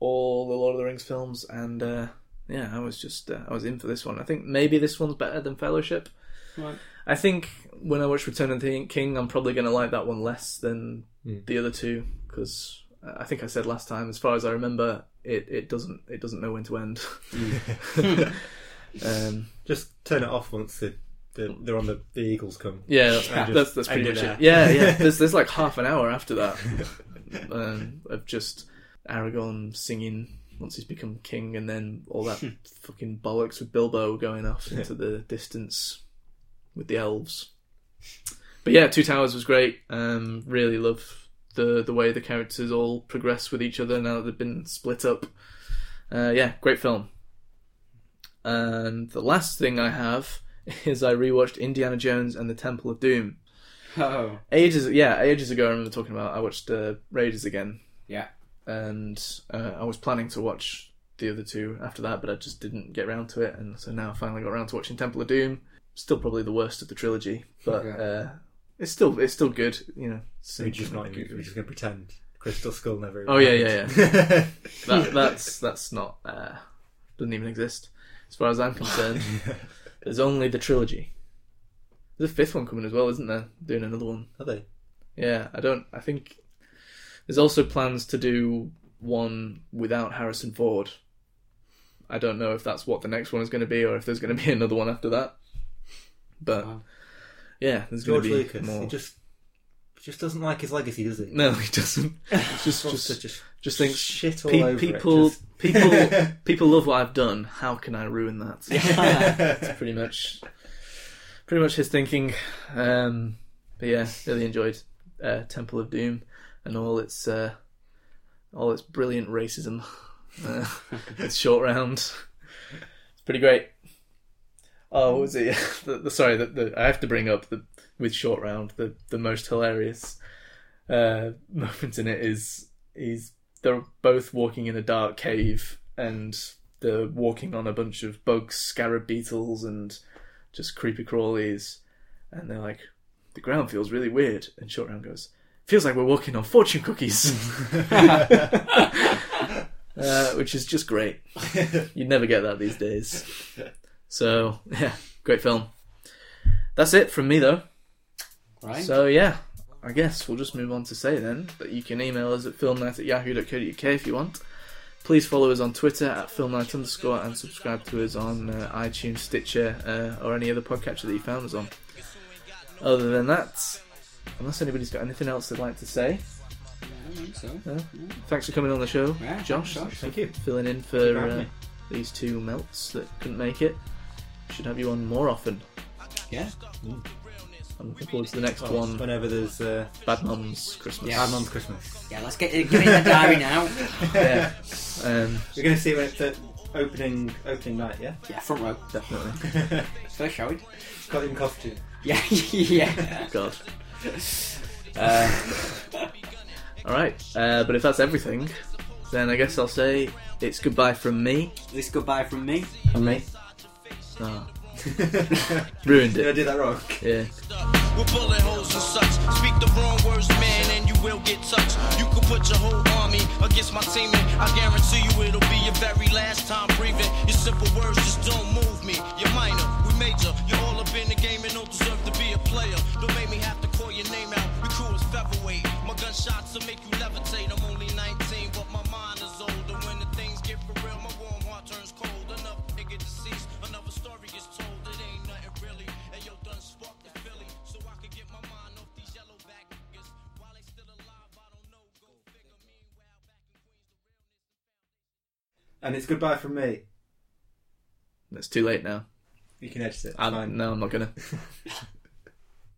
all the Lord of the Rings films, and uh, yeah, I was just uh, I was in for this one. I think maybe this one's better than Fellowship. I think when I watch Return of the King, I'm probably going to like that one less than the other two because I think I said last time, as far as I remember, it, it doesn't it doesn't know when to end. um, Just turn it off once the, the, they're on the, the Eagles come. yeah, that's, just that's, that's pretty end much it it. Yeah, yeah. There's there's like half an hour after that um, of just Aragorn singing once he's become king, and then all that fucking bollocks with Bilbo going off into the distance with the elves. But yeah, Two Towers was great. Um, really love the the way the characters all progress with each other now that they've been split up. Uh, yeah, great film. And the last thing I have is I rewatched Indiana Jones and the Temple of Doom. Oh. Ages, yeah, ages ago I remember talking about. I watched uh, Raiders again, Yeah. and uh, I was planning to watch the other two after that, but I just didn't get round to it, and so now I finally got round to watching Temple of Doom. Still probably the worst of the trilogy, but Yeah. uh, it's still it's still good, you know. We're just not. We're just going to pretend Crystal Skull never. Oh yeah, yeah, yeah. yeah. That, that's that's not uh, doesn't even exist as far as I'm concerned. There's only the trilogy. There's a fifth one coming as well, isn't there? Doing another one. Are they? Yeah, I don't. I think there's also plans to do one without Harrison Ford. I don't know if that's what the next one is going to be, or if there's going to be another one after that. But yeah, there's going George to be Lucas. more. He just just doesn't like his legacy, does he? No, he doesn't. It's just, Wants to just, just just think. shit all pe- over it, people, just- people, people love what I've done. How can I ruin that? It's pretty much, pretty much his thinking. Um, but yeah, really enjoyed uh, Temple of Doom and all its, uh, all its brilliant racism. Uh, it's short round. It's pretty great. Oh, what was it? the, the, sorry, the, the, I have to bring up the with short round the the most hilarious uh, moment in it is he's they're both walking in a dark cave and they're walking on a bunch of bugs, scarab beetles, and just creepy crawlies. and they're like, the ground feels really weird. And Short Round goes, feels like we're walking on fortune cookies, uh, which is just great. You'd never get that these days. So yeah, great film. That's it from me though. Right. So yeah, I guess we'll just move on to say then that you can email us at filmnight at yahoo.co.uk if you want. Please follow us on Twitter at filmnight underscore and subscribe to us on uh, iTunes, Stitcher, uh, or any other podcatcher that you found us on. Other than that, unless anybody's got anything else they'd like to say, I think so. thanks for coming on the show, Yeah, Josh. thanks, Josh. Thank you. Filling in Thank you for for having uh, me. these two melts that couldn't make it. Should have you on more often. Mm. Yeah. I'm looking forward to the next Well, one, Whenever there's uh, Bad Mum's Christmas. Yeah. Bad Mum's Christmas. Yeah, let's get, get it in the diary now. yeah. Um, We're going to see when it's at opening, opening night, yeah? Yeah, front row. definitely. First shall we? Got in costume. Yeah, yeah. God. Uh, All right. Uh, but if that's everything, then I guess I'll say it's goodbye from me. This goodbye from me. And me. Ah, Did ruined I it. do that wrong? Yeah. with bullet holes and such. Speak the wrong words, man, and you will get touched. You can put your whole army against my teammate. I guarantee you it'll be your very last time breathing. Your simple words just don't move me. You're minor, we major. You're all up in the game and don't deserve to be a player. Don't make me have to call your name out. Your crew is featherweight. My gunshots will make you levitate. I'm only 19, but my mind is older. When the things get for real, my warm heart turns cold. Enough nigga deceased, another story is told. It ain't nothing really. And yo, done sparked the Philly, so I could get my mind off these yellow back niggas. While they still alive, I don't know. Go figure. Meanwhile, back in Queens, the realness. And it's goodbye from me. It's too late now. You can edit it. I, Fine. no, I'm not gonna.